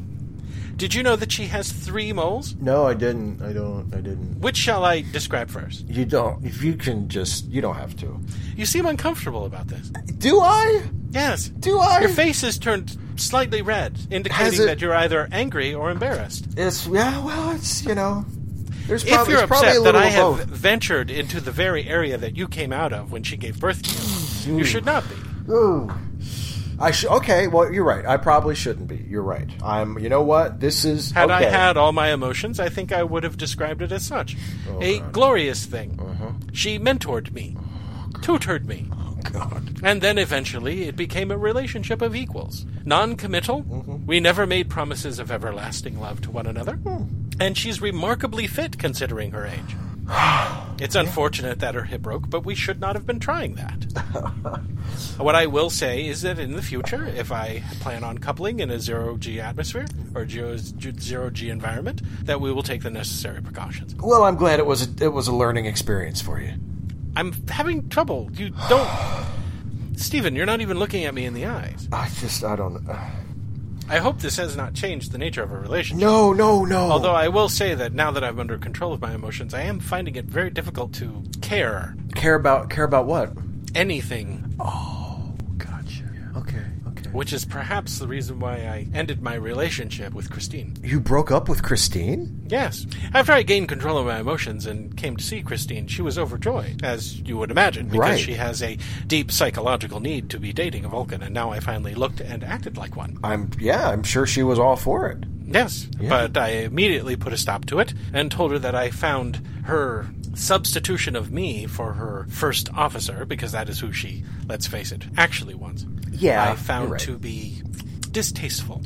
[SPEAKER 1] Did you know that she has three moles?
[SPEAKER 2] no, I didn't. I don't. I didn't.
[SPEAKER 1] Which shall I describe first?
[SPEAKER 2] You don't. If you can just, you don't have to.
[SPEAKER 1] You seem uncomfortable about this.
[SPEAKER 2] Do I?
[SPEAKER 1] Yes.
[SPEAKER 2] Do I?
[SPEAKER 1] Your face is turned slightly red, indicating
[SPEAKER 2] it-
[SPEAKER 1] that you're either angry or embarrassed.
[SPEAKER 2] It's yeah. Well, it's you know. There's
[SPEAKER 1] If
[SPEAKER 2] probably,
[SPEAKER 1] you're
[SPEAKER 2] it's probably a
[SPEAKER 1] upset that
[SPEAKER 2] little
[SPEAKER 1] I
[SPEAKER 2] of
[SPEAKER 1] have
[SPEAKER 2] both.
[SPEAKER 1] ventured into the very area that you came out of when she gave birth to you, you
[SPEAKER 2] Ooh.
[SPEAKER 1] should not be.
[SPEAKER 2] Ooh. I should. Okay. Well, you're right. I probably shouldn't be. You're right. I'm. You know what? This is.
[SPEAKER 1] Had I
[SPEAKER 2] okay.
[SPEAKER 1] had all my emotions, I think I would have described it as such. a glorious thing. She mentored me, tutored me,
[SPEAKER 2] Oh <laughs> God.
[SPEAKER 1] and then eventually it became a relationship of equals. Non committal, we never made promises of everlasting love to one another, and she's remarkably fit considering her age. It's unfortunate that her hip broke, but we should not have been trying that. what I will say is that in the future, if I plan on coupling in a zero G atmosphere or zero, zero G environment, that we will take the necessary precautions.
[SPEAKER 2] Well, I'm glad it was. A, it was a learning experience for you.
[SPEAKER 1] I'm having trouble. You don't. Stephen, you're not even looking at me in the eyes.
[SPEAKER 2] I just. I don't.
[SPEAKER 1] I hope this has not changed the nature of our relationship.
[SPEAKER 2] No. No. No.
[SPEAKER 1] Although I will say that now that I'm under control of my emotions, I am finding it very difficult to care
[SPEAKER 2] care about care about what?
[SPEAKER 1] anything,
[SPEAKER 2] Gotcha. Okay. Okay.
[SPEAKER 1] which is perhaps the reason why I ended my relationship with Christine.
[SPEAKER 2] You broke up with Christine?
[SPEAKER 1] Yes. After I gained control of my emotions and came to see Christine, she was overjoyed, as you would imagine, because
[SPEAKER 2] Right.
[SPEAKER 1] she has a deep psychological need to be dating a Vulcan, and now I finally looked and acted like one.
[SPEAKER 2] I'm yeah, I'm sure she was all for it.
[SPEAKER 1] Yes, but I immediately put a stop to it and told her that I found her substitution of me for her first officer, because that is who she, let's face it, actually wants.
[SPEAKER 2] Yeah,
[SPEAKER 1] I found
[SPEAKER 2] you're right. Uh,
[SPEAKER 1] to be distasteful.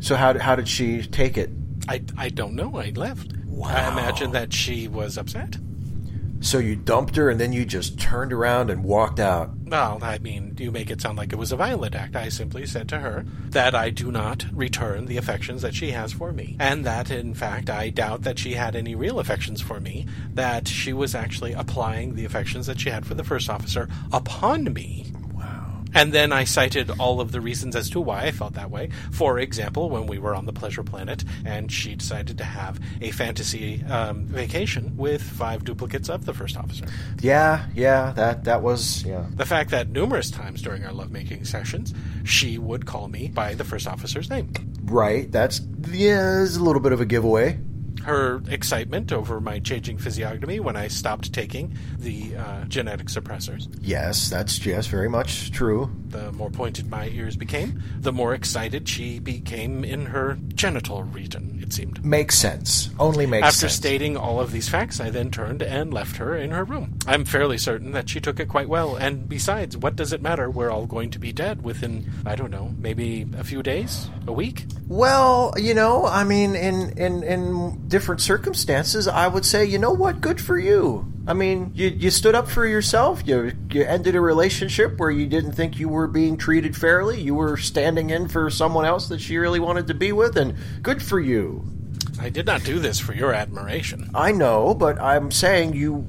[SPEAKER 2] So how how did she take it?
[SPEAKER 1] I, I don't know. I left. I imagine that she was upset.
[SPEAKER 2] So you dumped her and then you just turned around and walked out.
[SPEAKER 1] Well, I mean, you make it sound like it was a violent act. I simply said to her that I do not return the affections that she has for me, and that, in fact, I doubt that she had any real affections for me, that she was actually applying the affections that she had for the first officer upon me. And then I cited all of the reasons as to why I felt that way. For example, when we were on the pleasure planet and she decided to have a fantasy um, vacation with five duplicates of the first officer.
[SPEAKER 2] Yeah, yeah, that that was yeah.
[SPEAKER 1] The fact that numerous times during our lovemaking sessions, she would call me by the first officer's name.
[SPEAKER 2] Right. That's yeah, it's a little bit of a giveaway.
[SPEAKER 1] Her excitement over my changing physiognomy when I stopped taking the uh, genetic suppressors.
[SPEAKER 2] Yes, that's yes, very much true.
[SPEAKER 1] The more pointed my ears became, the more excited she became in her genital region, it seemed.
[SPEAKER 2] Makes sense. Only makes
[SPEAKER 1] After
[SPEAKER 2] sense.
[SPEAKER 1] stating all of these facts, I then turned and left her in her room. I'm fairly certain that she took it quite well, and besides, what does it matter? We're all going to be dead within, I don't know, maybe a few days? A week?
[SPEAKER 2] Well, you know, I mean, in, in in different circumstances, I would say, you know what, good for you. I mean, you, you stood up for yourself. You you ended a relationship where you didn't think you were being treated fairly. You were standing in for someone else that you really wanted to be with, and good for you.
[SPEAKER 1] I did not do this for your admiration.
[SPEAKER 2] I know, but I'm saying you.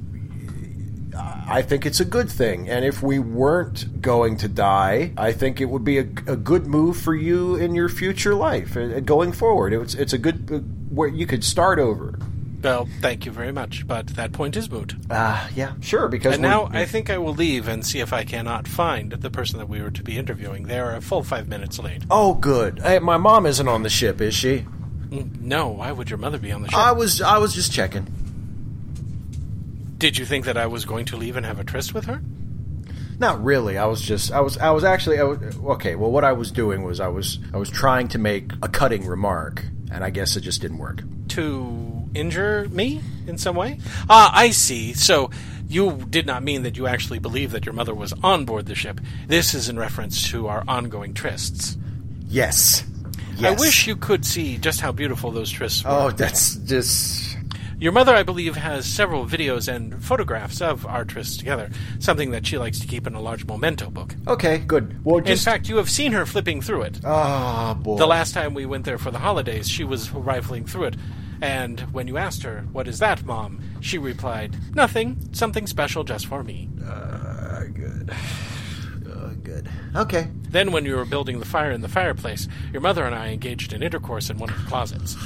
[SPEAKER 2] I think it's a good thing, and if we weren't going to die, I think it would be a, a good move for you in your future life uh, going forward. It's it's a good uh, where you could start over.
[SPEAKER 1] Well, thank you very much, but that point is moot.
[SPEAKER 2] Ah, yeah, sure. Because
[SPEAKER 1] And
[SPEAKER 2] we-
[SPEAKER 1] now I think I will leave and see if I cannot find the person that we were to be interviewing. They are a full five minutes late.
[SPEAKER 2] oh, good. Hey, my mom isn't on the ship, is she?
[SPEAKER 1] Mm, No, why would your mother be on the ship?
[SPEAKER 2] I was I was just checking.
[SPEAKER 1] Did you think that I was going to leave and have a tryst with her?
[SPEAKER 2] Not really. I was just I was I was actually I was, okay. Well, what I was doing was I was I was trying to make a cutting remark, and I guess it just didn't work.
[SPEAKER 1] To injure me in some way? Ah, I see. So you did not mean that you actually believe that your mother was on board the ship. This is in reference to our ongoing trysts.
[SPEAKER 2] Yes.
[SPEAKER 1] I wish you could see just how beautiful those trysts were.
[SPEAKER 2] Oh, that's just.
[SPEAKER 1] Your mother, I believe, has several videos and photographs of our trysts together, something that she likes to keep in a large memento book.
[SPEAKER 2] Okay, good. Well,
[SPEAKER 1] In
[SPEAKER 2] just.
[SPEAKER 1] fact, you have seen her flipping through it.
[SPEAKER 2] Ah, boy.
[SPEAKER 1] The last time we went there for the holidays, she was rifling through it. And when you asked her, What is that, Mom? she replied, Nothing, something special just for me.
[SPEAKER 3] very good. Oh, good. Okay.
[SPEAKER 1] Then, when we were building the fire in the fireplace, your mother and I engaged in intercourse in one of the closets.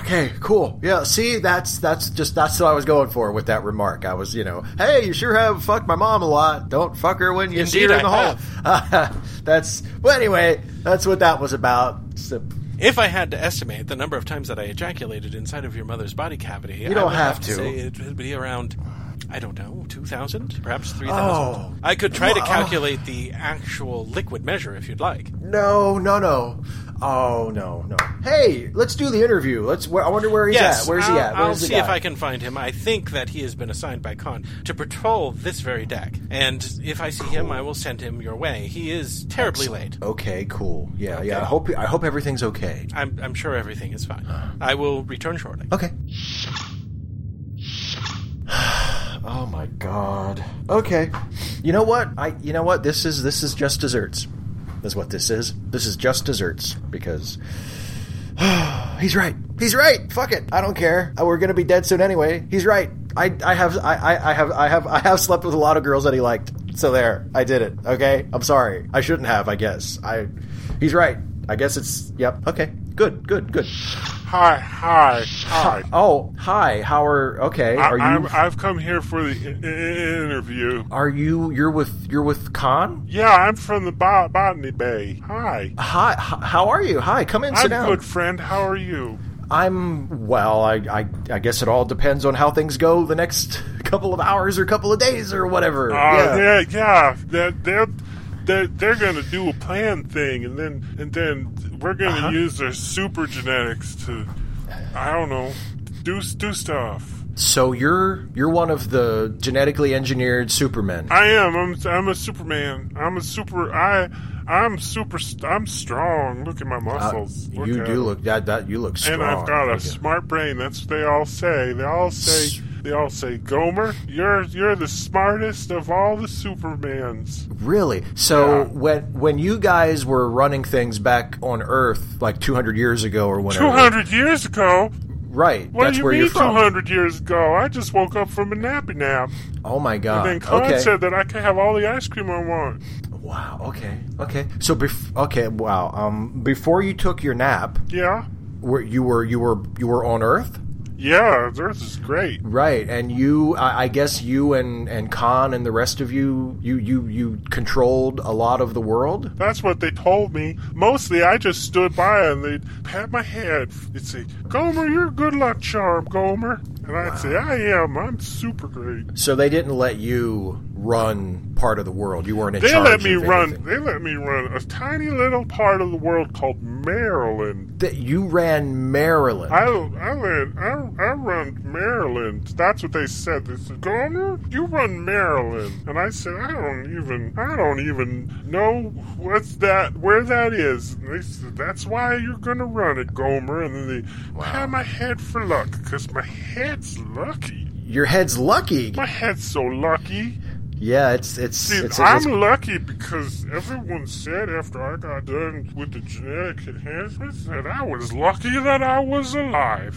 [SPEAKER 2] Okay, cool. Yeah, see, that's that's just that's what I was going for with that remark. I was, you know, hey, you sure have fucked my mom a lot. Don't fuck her when you see
[SPEAKER 1] Indeed,
[SPEAKER 2] her in the
[SPEAKER 1] I
[SPEAKER 2] hall. <laughs> that's well, anyway, that's what that was about. So,
[SPEAKER 1] If I had to estimate the number of times that I ejaculated inside of your mother's body cavity, you
[SPEAKER 2] don't
[SPEAKER 1] I would
[SPEAKER 2] have
[SPEAKER 1] to.
[SPEAKER 2] to.
[SPEAKER 1] say it would be around, I don't know, 2,000? Perhaps 3,000?
[SPEAKER 2] Oh.
[SPEAKER 1] I could try to calculate the actual liquid measure if you'd like.
[SPEAKER 2] no, no, no. Oh no, no. Hey, let's do the interview. Let's. wh- I wonder where he's
[SPEAKER 1] yes,
[SPEAKER 2] at. Where's
[SPEAKER 1] I'll,
[SPEAKER 2] he at? Where's
[SPEAKER 1] I'll
[SPEAKER 2] the
[SPEAKER 1] see
[SPEAKER 2] guy?
[SPEAKER 1] if I can find him. I think that he has been assigned by Khan to patrol this very deck. And if I see him, I will send him your way. He is terribly late.
[SPEAKER 2] Okay, cool. Yeah, yeah. I hope I hope everything's okay.
[SPEAKER 1] I'm, I'm sure everything is fine. I will return shortly.
[SPEAKER 2] Okay. <sighs> oh my god. Okay. You know what? I you know what? This is this is just desserts. Is what this is. This is just desserts because <sighs> he's right. He's right. Fuck it. I don't care. Uh, We're gonna be dead soon anyway. He's right. I, I have I, I, I have I have I have slept with a lot of girls that he liked. So there, I did it. Okay, I'm sorry. I shouldn't have. I guess I. He's right. I guess it's yep. Okay, good, good, good.
[SPEAKER 4] Hi, hi, hi.
[SPEAKER 2] Oh, hi. How are okay?
[SPEAKER 4] I,
[SPEAKER 2] Are you
[SPEAKER 4] I'm, I've come here for the I- I- interview.
[SPEAKER 2] are you you're with you're with Khan?
[SPEAKER 4] Yeah, I'm from the Bo- Botany Bay.
[SPEAKER 2] <laughs>
[SPEAKER 4] Hi.
[SPEAKER 2] Hi. h- How are you? Hi. Come in. Sit
[SPEAKER 4] I'm
[SPEAKER 2] down.
[SPEAKER 4] good, friend. How are you?
[SPEAKER 2] I'm well. I, I I guess it all depends on how things go the next <laughs> couple of hours or couple of days or whatever.
[SPEAKER 4] Uh,
[SPEAKER 2] yeah.
[SPEAKER 4] yeah, yeah. They're, they're, they're, they're going to do a plan thing, and then and then we're going
[SPEAKER 2] Uh-huh.
[SPEAKER 4] to use their super genetics to, I don't know, do, do stuff.
[SPEAKER 2] So you're you're one of the genetically engineered supermen.
[SPEAKER 4] I am. I'm, I'm a Superman. I'm a super. I. I'm super. st- I'm strong. Look at my muscles. Look
[SPEAKER 2] Uh, you
[SPEAKER 4] at
[SPEAKER 2] do
[SPEAKER 4] them.
[SPEAKER 2] look that that you look strong.
[SPEAKER 4] And I've got a
[SPEAKER 2] Okay.
[SPEAKER 4] smart brain. That's what they all say. They all say. They all say, Gomer, you're you're the smartest of all the Supermans.
[SPEAKER 2] Really? So
[SPEAKER 4] Yeah.
[SPEAKER 2] when when you guys were running things back on Earth like 200 years ago or whenever,
[SPEAKER 4] Two hundred years ago.
[SPEAKER 2] right?
[SPEAKER 4] What
[SPEAKER 2] that's
[SPEAKER 4] do you
[SPEAKER 2] where
[SPEAKER 4] mean
[SPEAKER 2] you're from.
[SPEAKER 4] two hundred years ago? I just woke up from a nappy nap.
[SPEAKER 2] Oh my god!
[SPEAKER 4] then Khan
[SPEAKER 2] okay.
[SPEAKER 4] said that I can have all the ice cream I want.
[SPEAKER 2] Wow. Okay. Okay. So, bef- okay. Wow. Um, before you took your nap,
[SPEAKER 4] Yeah.
[SPEAKER 2] were you were you were you were on Earth,
[SPEAKER 4] Yeah, Earth is great.
[SPEAKER 2] right? And you, I, I guess you and and Khan and the rest of you, you you you controlled a lot of the world.
[SPEAKER 4] That's what they told me. Mostly, I just stood by and they'd pat my head. They'd say, Gomer, you're a good luck charm, Gomer. And I'd say, I am. I'm super great.
[SPEAKER 2] So they didn't let you run part of the world. You weren't in
[SPEAKER 4] They
[SPEAKER 2] charge.
[SPEAKER 4] let me
[SPEAKER 2] of
[SPEAKER 4] run.
[SPEAKER 2] anything.
[SPEAKER 4] They let me run a tiny little part of the world called Maryland.
[SPEAKER 2] That you ran Maryland.
[SPEAKER 4] I, I ran. I, I run Maryland. That's what they said. They said, Gomer, you run Maryland. And I said, I don't even. I don't even know what's that. Where that is. And they said, That's why you're gonna run it, Gomer. And then they pat my head for luck, 'cause my head's lucky.
[SPEAKER 2] Your head's lucky.
[SPEAKER 4] My head's so lucky.
[SPEAKER 2] Yeah. It's it's
[SPEAKER 4] See,
[SPEAKER 2] it's,
[SPEAKER 4] I'm
[SPEAKER 2] it's
[SPEAKER 4] lucky because everyone said after I got done with the genetic enhancements that I was lucky that I was alive.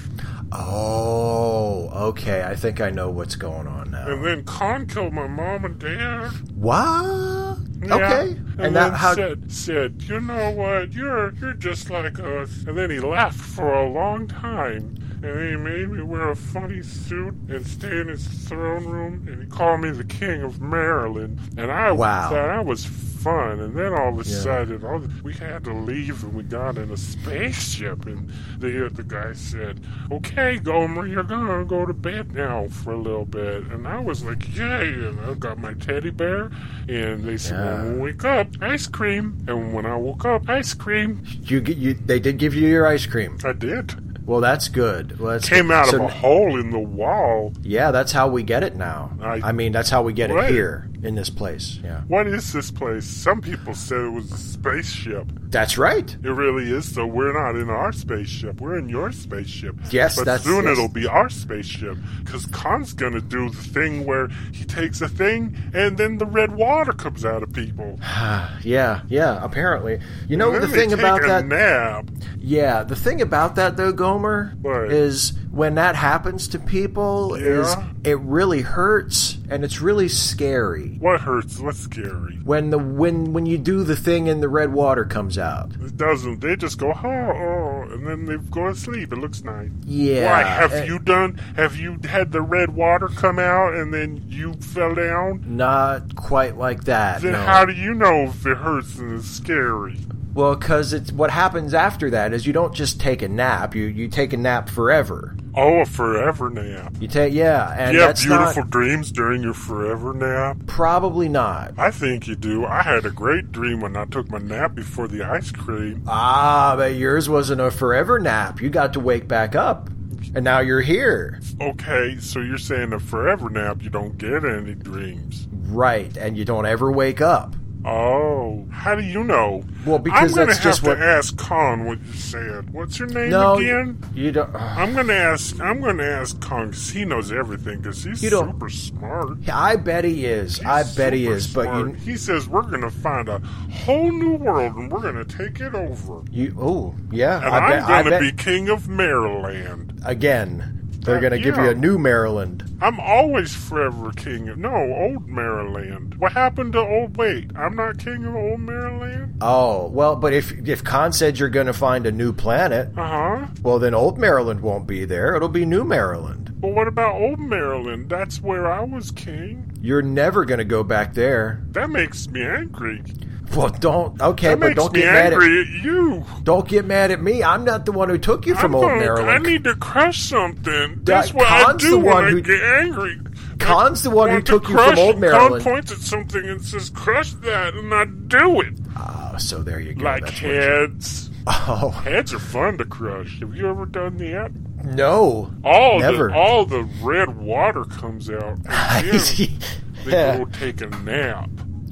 [SPEAKER 2] oh okay. I think I know what's going on now.
[SPEAKER 4] And then Khan killed my mom and dad.
[SPEAKER 2] What?
[SPEAKER 4] Yeah.
[SPEAKER 2] Okay.
[SPEAKER 4] And,
[SPEAKER 2] And,
[SPEAKER 4] then
[SPEAKER 2] that how?
[SPEAKER 4] said said, you know what, you're you're just like us. And then he laughed for a long time. And he made me wear a funny suit and stay in his throne room and he called me the king of Maryland. And I
[SPEAKER 2] Wow.
[SPEAKER 4] thought I was fun and then all of a
[SPEAKER 2] Yeah.
[SPEAKER 4] sudden all the, we had to leave and we got in a spaceship and the the guy said, Okay, Gomer, you're gonna go to bed now for a little bit and I was like, Yay and I got my teddy bear and they said
[SPEAKER 2] Yeah.
[SPEAKER 4] when we wake up, ice cream and when I woke up, ice cream.
[SPEAKER 2] you get you? They did give you your ice cream.
[SPEAKER 4] I did.
[SPEAKER 2] Well, that's good. Well, that's
[SPEAKER 4] Came
[SPEAKER 2] good.
[SPEAKER 4] out
[SPEAKER 2] So-
[SPEAKER 4] of a hole in the wall.
[SPEAKER 2] Yeah, that's how we get it now.
[SPEAKER 4] I-
[SPEAKER 2] I, mean, that's how we get
[SPEAKER 4] Right.
[SPEAKER 2] it here in this place. Yeah,
[SPEAKER 4] What is this place? Some people said it was a spaceship.
[SPEAKER 2] that's right.
[SPEAKER 4] It really is, so we're not in our spaceship. We're in your spaceship.
[SPEAKER 2] Yes,
[SPEAKER 4] but
[SPEAKER 2] that's-
[SPEAKER 4] soon
[SPEAKER 2] yes.
[SPEAKER 4] it'll be our spaceship. Because Khan's gonna do the thing where he takes a thing and then the red water comes out of people.
[SPEAKER 2] Yeah, yeah. Apparently, you know
[SPEAKER 4] And
[SPEAKER 2] the
[SPEAKER 4] then they
[SPEAKER 2] thing
[SPEAKER 4] take
[SPEAKER 2] about
[SPEAKER 4] a
[SPEAKER 2] that.
[SPEAKER 4] nap.
[SPEAKER 2] Yeah, the thing about that though, Gomer,
[SPEAKER 4] What?
[SPEAKER 2] is when that happens to people is
[SPEAKER 4] Yeah.
[SPEAKER 2] it really hurts and it's really scary.
[SPEAKER 4] What hurts? What's scary?
[SPEAKER 2] When the when when you do the thing and the red water comes out.
[SPEAKER 4] It doesn't. They just go, oh, oh, and then they go to sleep. It looks nice.
[SPEAKER 2] Yeah.
[SPEAKER 4] Why have
[SPEAKER 2] eh,
[SPEAKER 4] you done? Have you had the red water come out and then you fell down?
[SPEAKER 2] not quite like that.
[SPEAKER 4] Then
[SPEAKER 2] no.
[SPEAKER 4] how do you know if it hurts and it's scary?
[SPEAKER 2] Well, because it's what happens after that is you don't just take a nap. You you take a nap forever.
[SPEAKER 4] Oh, a forever nap.
[SPEAKER 2] You take yeah, and
[SPEAKER 4] you have
[SPEAKER 2] that's
[SPEAKER 4] beautiful
[SPEAKER 2] not
[SPEAKER 4] dreams during your forever nap.
[SPEAKER 2] probably not.
[SPEAKER 4] I think you do. I had a great dream when I took my nap before the ice cream.
[SPEAKER 2] Ah, but yours wasn't a forever nap. You got to wake back up, and now you're here,
[SPEAKER 4] Okay, so you're saying a forever nap, you don't get any dreams.
[SPEAKER 2] right? And you don't ever wake up.
[SPEAKER 4] Oh, how do you know?
[SPEAKER 2] Well, because
[SPEAKER 4] I'm gonna
[SPEAKER 2] that's
[SPEAKER 4] have
[SPEAKER 2] just
[SPEAKER 4] to
[SPEAKER 2] what-
[SPEAKER 4] ask Con what you said. What's your name
[SPEAKER 2] No,
[SPEAKER 4] again?
[SPEAKER 2] you don't. ugh.
[SPEAKER 4] I'm gonna ask. I'm gonna ask Kong 'cause he knows everything because he's
[SPEAKER 2] You don't-
[SPEAKER 4] super smart.
[SPEAKER 2] I bet he is. I
[SPEAKER 4] He's
[SPEAKER 2] bet he
[SPEAKER 4] super
[SPEAKER 2] is.
[SPEAKER 4] smart.
[SPEAKER 2] But
[SPEAKER 4] he says we're gonna find a whole new world and we're gonna take it over,
[SPEAKER 2] you, you. Oh, yeah.
[SPEAKER 4] and
[SPEAKER 2] I
[SPEAKER 4] I'm
[SPEAKER 2] bet. I
[SPEAKER 4] gonna
[SPEAKER 2] bet
[SPEAKER 4] be king of Maryland.
[SPEAKER 2] again. They're
[SPEAKER 4] Uh,
[SPEAKER 2] gonna give you
[SPEAKER 4] yeah.
[SPEAKER 2] a new Maryland.
[SPEAKER 4] I'm always forever king. of... No, old Maryland. What happened to old? Wait, I'm not king of old Maryland.
[SPEAKER 2] Oh well, but if if Khan said you're gonna find a new planet,
[SPEAKER 4] Uh huh.
[SPEAKER 2] Well, then old Maryland won't be there. It'll be new Maryland.
[SPEAKER 4] But what about old Maryland? That's where I was king.
[SPEAKER 2] You're never going to go back there.
[SPEAKER 4] That makes me angry.
[SPEAKER 2] Well, don't. Okay,
[SPEAKER 4] That
[SPEAKER 2] but
[SPEAKER 4] makes
[SPEAKER 2] don't
[SPEAKER 4] me
[SPEAKER 2] get mad
[SPEAKER 4] angry at you.
[SPEAKER 2] at don't get mad at me. I'm not the one who took you from
[SPEAKER 4] I'm
[SPEAKER 2] old
[SPEAKER 4] gonna- I
[SPEAKER 2] Maryland.
[SPEAKER 4] need to crush something. That's what
[SPEAKER 2] Khan's
[SPEAKER 4] I
[SPEAKER 2] the
[SPEAKER 4] do when
[SPEAKER 2] one
[SPEAKER 4] I
[SPEAKER 2] who-
[SPEAKER 4] get angry.
[SPEAKER 2] Khan's the one who
[SPEAKER 4] Want to
[SPEAKER 2] took you from
[SPEAKER 4] crush-
[SPEAKER 2] old
[SPEAKER 4] Khan
[SPEAKER 2] Maryland.
[SPEAKER 4] points at something and says, "Crush that," and I do it.
[SPEAKER 2] Oh, so there you go.
[SPEAKER 4] like
[SPEAKER 2] That's what you-
[SPEAKER 4] heads.
[SPEAKER 2] oh
[SPEAKER 4] Heads are fun to crush. Have you ever done that?
[SPEAKER 2] no,
[SPEAKER 4] All
[SPEAKER 2] Never.
[SPEAKER 4] the all the red water
[SPEAKER 2] <laughs>
[SPEAKER 4] comes out, and then they
[SPEAKER 2] yeah.
[SPEAKER 4] go take a nap.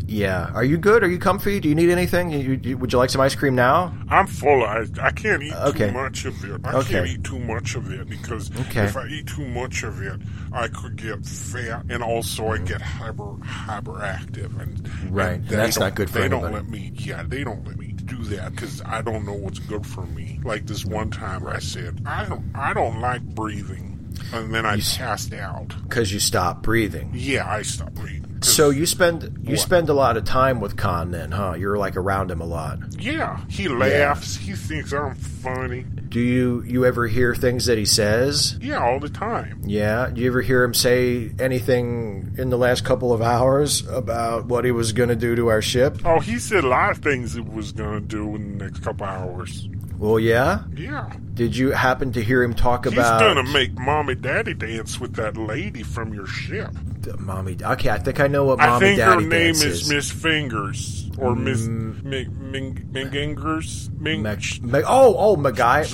[SPEAKER 2] yeah. Are you good? Are you comfy? Do you need anything? You- you- would you like some ice cream now?
[SPEAKER 4] I'm full. I, I can't eat
[SPEAKER 2] Okay.
[SPEAKER 4] too much of it. I
[SPEAKER 2] Okay.
[SPEAKER 4] can't eat too much of it because
[SPEAKER 2] Okay.
[SPEAKER 4] if I eat too much of it, I could get fat and also I get hyper hyperactive. And,
[SPEAKER 2] Right, and
[SPEAKER 4] they
[SPEAKER 2] that's
[SPEAKER 4] don't-
[SPEAKER 2] not good for
[SPEAKER 4] They don't
[SPEAKER 2] anybody.
[SPEAKER 4] let me. Yeah, they don't let me do that because I don't know what's good for me. Like this one time, I said I don't I don't like breathing, and then I passed out.
[SPEAKER 2] Because you stopped breathing.
[SPEAKER 4] Yeah, I stopped breathing. 'Cause-
[SPEAKER 2] So you spend you spend a lot of time with Khan, then, huh? You're like around him a lot.
[SPEAKER 4] yeah, he laughs. He thinks I'm funny.
[SPEAKER 2] Do you you ever hear things that he says?
[SPEAKER 4] Yeah, all the time.
[SPEAKER 2] Yeah. Do you ever hear him say anything in the last couple of hours about what he was going to do to our ship?
[SPEAKER 4] Oh, he said a lot of things he was going to do in the next couple hours.
[SPEAKER 2] Well, yeah.
[SPEAKER 4] Yeah.
[SPEAKER 2] Did you happen to hear him talk
[SPEAKER 4] He's
[SPEAKER 2] about
[SPEAKER 4] going to make mommy daddy dance with that lady from your ship.
[SPEAKER 2] D- mommy? Okay, I think I know what
[SPEAKER 4] I
[SPEAKER 2] mommy
[SPEAKER 4] think her
[SPEAKER 2] daddy Mm.
[SPEAKER 4] name
[SPEAKER 2] dance
[SPEAKER 4] is Miss Fingers or Miss Ming Ming Mingingers. Ming
[SPEAKER 2] Mac-
[SPEAKER 4] She's
[SPEAKER 2] Mac- oh, oh, MacGy-
[SPEAKER 4] got red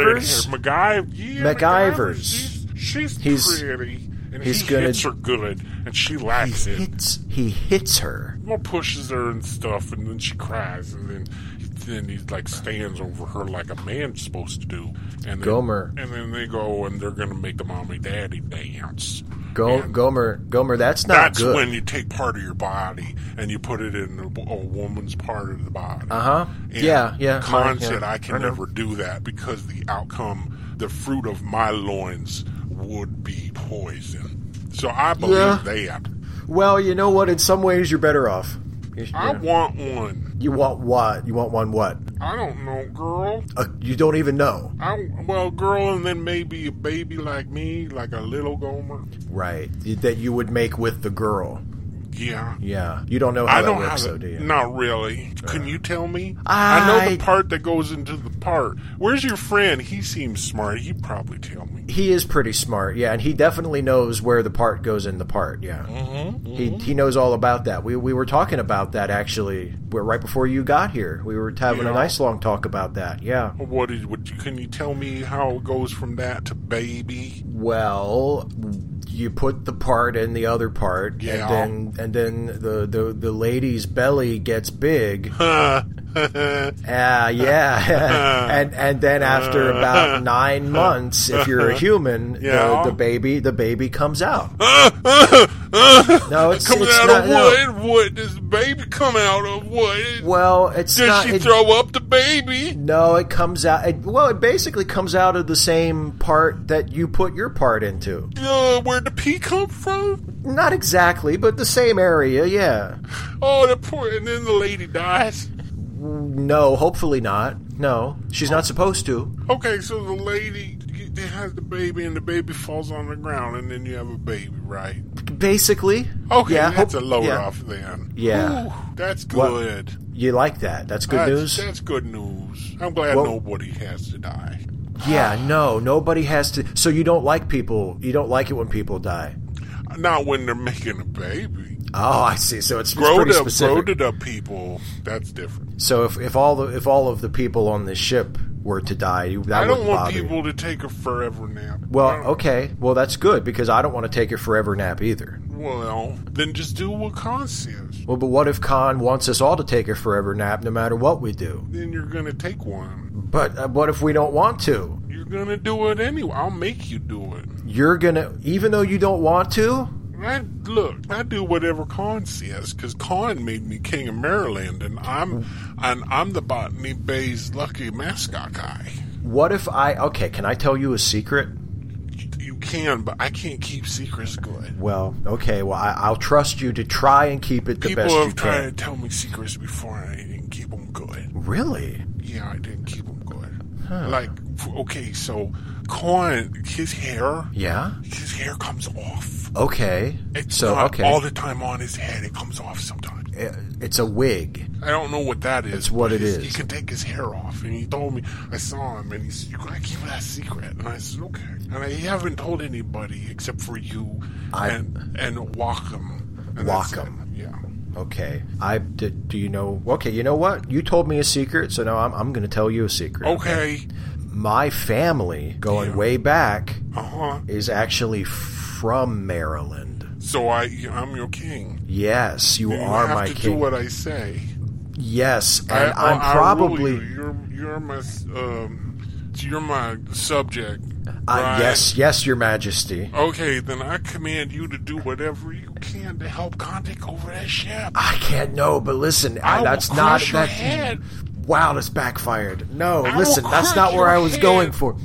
[SPEAKER 4] hair.
[SPEAKER 2] MacGyver's.
[SPEAKER 4] MacGyver. Yeah,
[SPEAKER 2] MacGyver's.
[SPEAKER 4] MacGyver's. She's,
[SPEAKER 2] He's-
[SPEAKER 4] she's pretty. And
[SPEAKER 2] he's
[SPEAKER 4] he
[SPEAKER 2] gonna-
[SPEAKER 4] hits her good, and she likes
[SPEAKER 2] He
[SPEAKER 4] it.
[SPEAKER 2] hits. He hits her.
[SPEAKER 4] Well, pushes her and stuff, and then she cries, and then then he like stands over her like a man's supposed to do. And then,
[SPEAKER 2] Gomer.
[SPEAKER 4] And then they go, and they're gonna make the mommy daddy dance.
[SPEAKER 2] Go,
[SPEAKER 4] And
[SPEAKER 2] Gomer, Gomer. That's not
[SPEAKER 4] That's
[SPEAKER 2] good.
[SPEAKER 4] when you take part of your body and you put it in a, a woman's part of the body.
[SPEAKER 2] Uh-huh.
[SPEAKER 4] And
[SPEAKER 2] Yeah, yeah,
[SPEAKER 4] Khan
[SPEAKER 2] my- yeah,
[SPEAKER 4] said, "I can
[SPEAKER 2] I know."
[SPEAKER 4] never do that because the outcome, the fruit of my loins, would be poison." So I believe
[SPEAKER 2] Yeah.
[SPEAKER 4] that.
[SPEAKER 2] well, you know what? In some ways, you're better off. You,
[SPEAKER 4] I want one.
[SPEAKER 2] you want what? You want one what?
[SPEAKER 4] I don't know, girl.
[SPEAKER 2] Uh, you don't even know.
[SPEAKER 4] I well, girl, and then maybe a baby like me, like a little Gomer.
[SPEAKER 2] Right. That you would make with the girl.
[SPEAKER 4] Yeah.
[SPEAKER 2] Yeah. You don't know how
[SPEAKER 4] I
[SPEAKER 2] that
[SPEAKER 4] don't
[SPEAKER 2] works, Uh.
[SPEAKER 4] have
[SPEAKER 2] though, do you?
[SPEAKER 4] Not really. Can you tell me? know
[SPEAKER 2] I-
[SPEAKER 4] the part that goes into the part. Where's your friend? He seems smart. You probably tell me.
[SPEAKER 2] He is pretty smart, yeah, and he definitely knows where the part goes in the part, yeah.
[SPEAKER 4] Mm-hmm.
[SPEAKER 2] He, he knows all about that. We, we were talking about that, actually, we right before you got here. We were having a
[SPEAKER 4] Yeah.
[SPEAKER 2] nice long talk about that, yeah.
[SPEAKER 4] What is? What you, can you tell me how it goes from that to baby?
[SPEAKER 2] Well, you put the part in the other part,
[SPEAKER 4] Yeah. <laughs>
[SPEAKER 2] and then and then the, the, the lady's belly gets big, Uh,
[SPEAKER 4] Huh? <laughs> Ah.
[SPEAKER 2] yeah, and and then after about nine months, if you're
[SPEAKER 4] <laughs>
[SPEAKER 2] a human,
[SPEAKER 4] Yeah. Ah,
[SPEAKER 2] the, the baby the baby comes out.
[SPEAKER 4] no,
[SPEAKER 2] it's-
[SPEAKER 4] ah. coming
[SPEAKER 2] it's
[SPEAKER 4] out
[SPEAKER 2] not-
[SPEAKER 4] of
[SPEAKER 2] no.
[SPEAKER 4] what? What does the baby come out of what?
[SPEAKER 2] Well, it's
[SPEAKER 4] Does
[SPEAKER 2] not.
[SPEAKER 4] she
[SPEAKER 2] it-
[SPEAKER 4] throw up the baby?
[SPEAKER 2] no, it comes out. It, well, it basically comes out of the same part that you put your part into.
[SPEAKER 4] Uh, where'd the pee come from?
[SPEAKER 2] Not exactly, but the same area. Yeah.
[SPEAKER 4] Oh, the poor. And then the lady dies.
[SPEAKER 2] No, hopefully not. No, she's not supposed to.
[SPEAKER 4] Okay, so the lady has the baby, and the baby falls on the ground, and then you have a baby, right?
[SPEAKER 2] Basically.
[SPEAKER 4] Okay,
[SPEAKER 2] Yeah,
[SPEAKER 4] that's
[SPEAKER 2] hope-
[SPEAKER 4] a load
[SPEAKER 2] yeah.
[SPEAKER 4] off then.
[SPEAKER 2] Yeah.
[SPEAKER 4] Ooh, that's
[SPEAKER 2] What?
[SPEAKER 4] good.
[SPEAKER 2] You like that? That's good
[SPEAKER 4] that's,
[SPEAKER 2] news.
[SPEAKER 4] That's good news. I'm glad
[SPEAKER 2] Well-
[SPEAKER 4] nobody has to die.
[SPEAKER 2] Yeah, no, nobody has to. So you don't like people. You don't like it when people die.
[SPEAKER 4] Not when they're making a baby.
[SPEAKER 2] Oh, I see. So it's, it's
[SPEAKER 4] Grow
[SPEAKER 2] pretty
[SPEAKER 4] up, grow
[SPEAKER 2] specific.
[SPEAKER 4] it up, people. That's different.
[SPEAKER 2] So if, if all the if all of the people on this ship were to die, you- that
[SPEAKER 4] I don't
[SPEAKER 2] wouldn't
[SPEAKER 4] want
[SPEAKER 2] bother you.
[SPEAKER 4] people to take a forever nap. Uh,
[SPEAKER 2] Well, uh,
[SPEAKER 4] I don't-
[SPEAKER 2] okay. Well, that's good because I don't want to take a forever nap either.
[SPEAKER 4] Well, then just do what Khan says.
[SPEAKER 2] Well, but what if Khan wants us all to take a forever nap, no matter what we do?
[SPEAKER 4] Then you're gonna take one.
[SPEAKER 2] But uh, what if we don't want to?
[SPEAKER 4] You're gonna do it anyway. I'll make you do it.
[SPEAKER 2] You're gonna, even though you don't want to.
[SPEAKER 4] I look. I do whatever Khan says because Khan made me king of Maryland, and I'm and I'm the Botany Bay's lucky mascot guy.
[SPEAKER 2] What if I? Okay, can I tell you a secret?
[SPEAKER 4] You can, but I can't keep secrets good.
[SPEAKER 2] Well, okay. Well, I, I'll trust you to try and keep it the
[SPEAKER 4] People
[SPEAKER 2] best you can.
[SPEAKER 4] have tried to tell me secrets before, and I didn't keep them good.
[SPEAKER 2] Really?
[SPEAKER 4] Yeah, I didn't keep them good. Like, f- okay, so Khan, his hair,
[SPEAKER 2] Yeah.
[SPEAKER 4] his hair comes off.
[SPEAKER 2] Okay.
[SPEAKER 4] It's
[SPEAKER 2] so
[SPEAKER 4] not
[SPEAKER 2] okay.
[SPEAKER 4] all the time on his head. It comes off sometimes.
[SPEAKER 2] I- it's a wig.
[SPEAKER 4] I don't know what that is.
[SPEAKER 2] That's what
[SPEAKER 4] but
[SPEAKER 2] it
[SPEAKER 4] he's-
[SPEAKER 2] is.
[SPEAKER 4] He can take his hair off, and he told me. I saw him, and he's you gotta keep that secret. And I said okay. And I haven't told anybody except for you
[SPEAKER 2] I-
[SPEAKER 4] and and Wacom. And that's
[SPEAKER 2] Wacom.
[SPEAKER 4] it. Yeah.
[SPEAKER 2] Okay. I did, do you know? Okay, you know what? You told me a secret, so now I'm, I'm going to tell you a secret.
[SPEAKER 4] Okay.
[SPEAKER 2] My family, going
[SPEAKER 4] Yeah.
[SPEAKER 2] way back,
[SPEAKER 4] Uh huh.
[SPEAKER 2] is actually from Maryland.
[SPEAKER 4] So I I'm your king.
[SPEAKER 2] Yes, you
[SPEAKER 4] You
[SPEAKER 2] are
[SPEAKER 4] have
[SPEAKER 2] my
[SPEAKER 4] to do
[SPEAKER 2] king.
[SPEAKER 4] what I say.
[SPEAKER 2] yes, and
[SPEAKER 4] I, I-
[SPEAKER 2] I, am
[SPEAKER 4] I rule
[SPEAKER 2] probably.
[SPEAKER 4] you. you're you're my s- um you're my subject.
[SPEAKER 2] I-
[SPEAKER 4] right?
[SPEAKER 2] Uh, yes, yes, Your Majesty.
[SPEAKER 4] Okay, then I command you to do whatever you can to help Khan take over that ship.
[SPEAKER 2] I can't know, but listen, I,
[SPEAKER 4] I will
[SPEAKER 2] that's not
[SPEAKER 4] crush your
[SPEAKER 2] that.
[SPEAKER 4] head.
[SPEAKER 2] Wow, that's backfired. No,
[SPEAKER 4] I will
[SPEAKER 2] listen, that's
[SPEAKER 4] crush
[SPEAKER 2] not where
[SPEAKER 4] your
[SPEAKER 2] I was
[SPEAKER 4] head.
[SPEAKER 2] going for.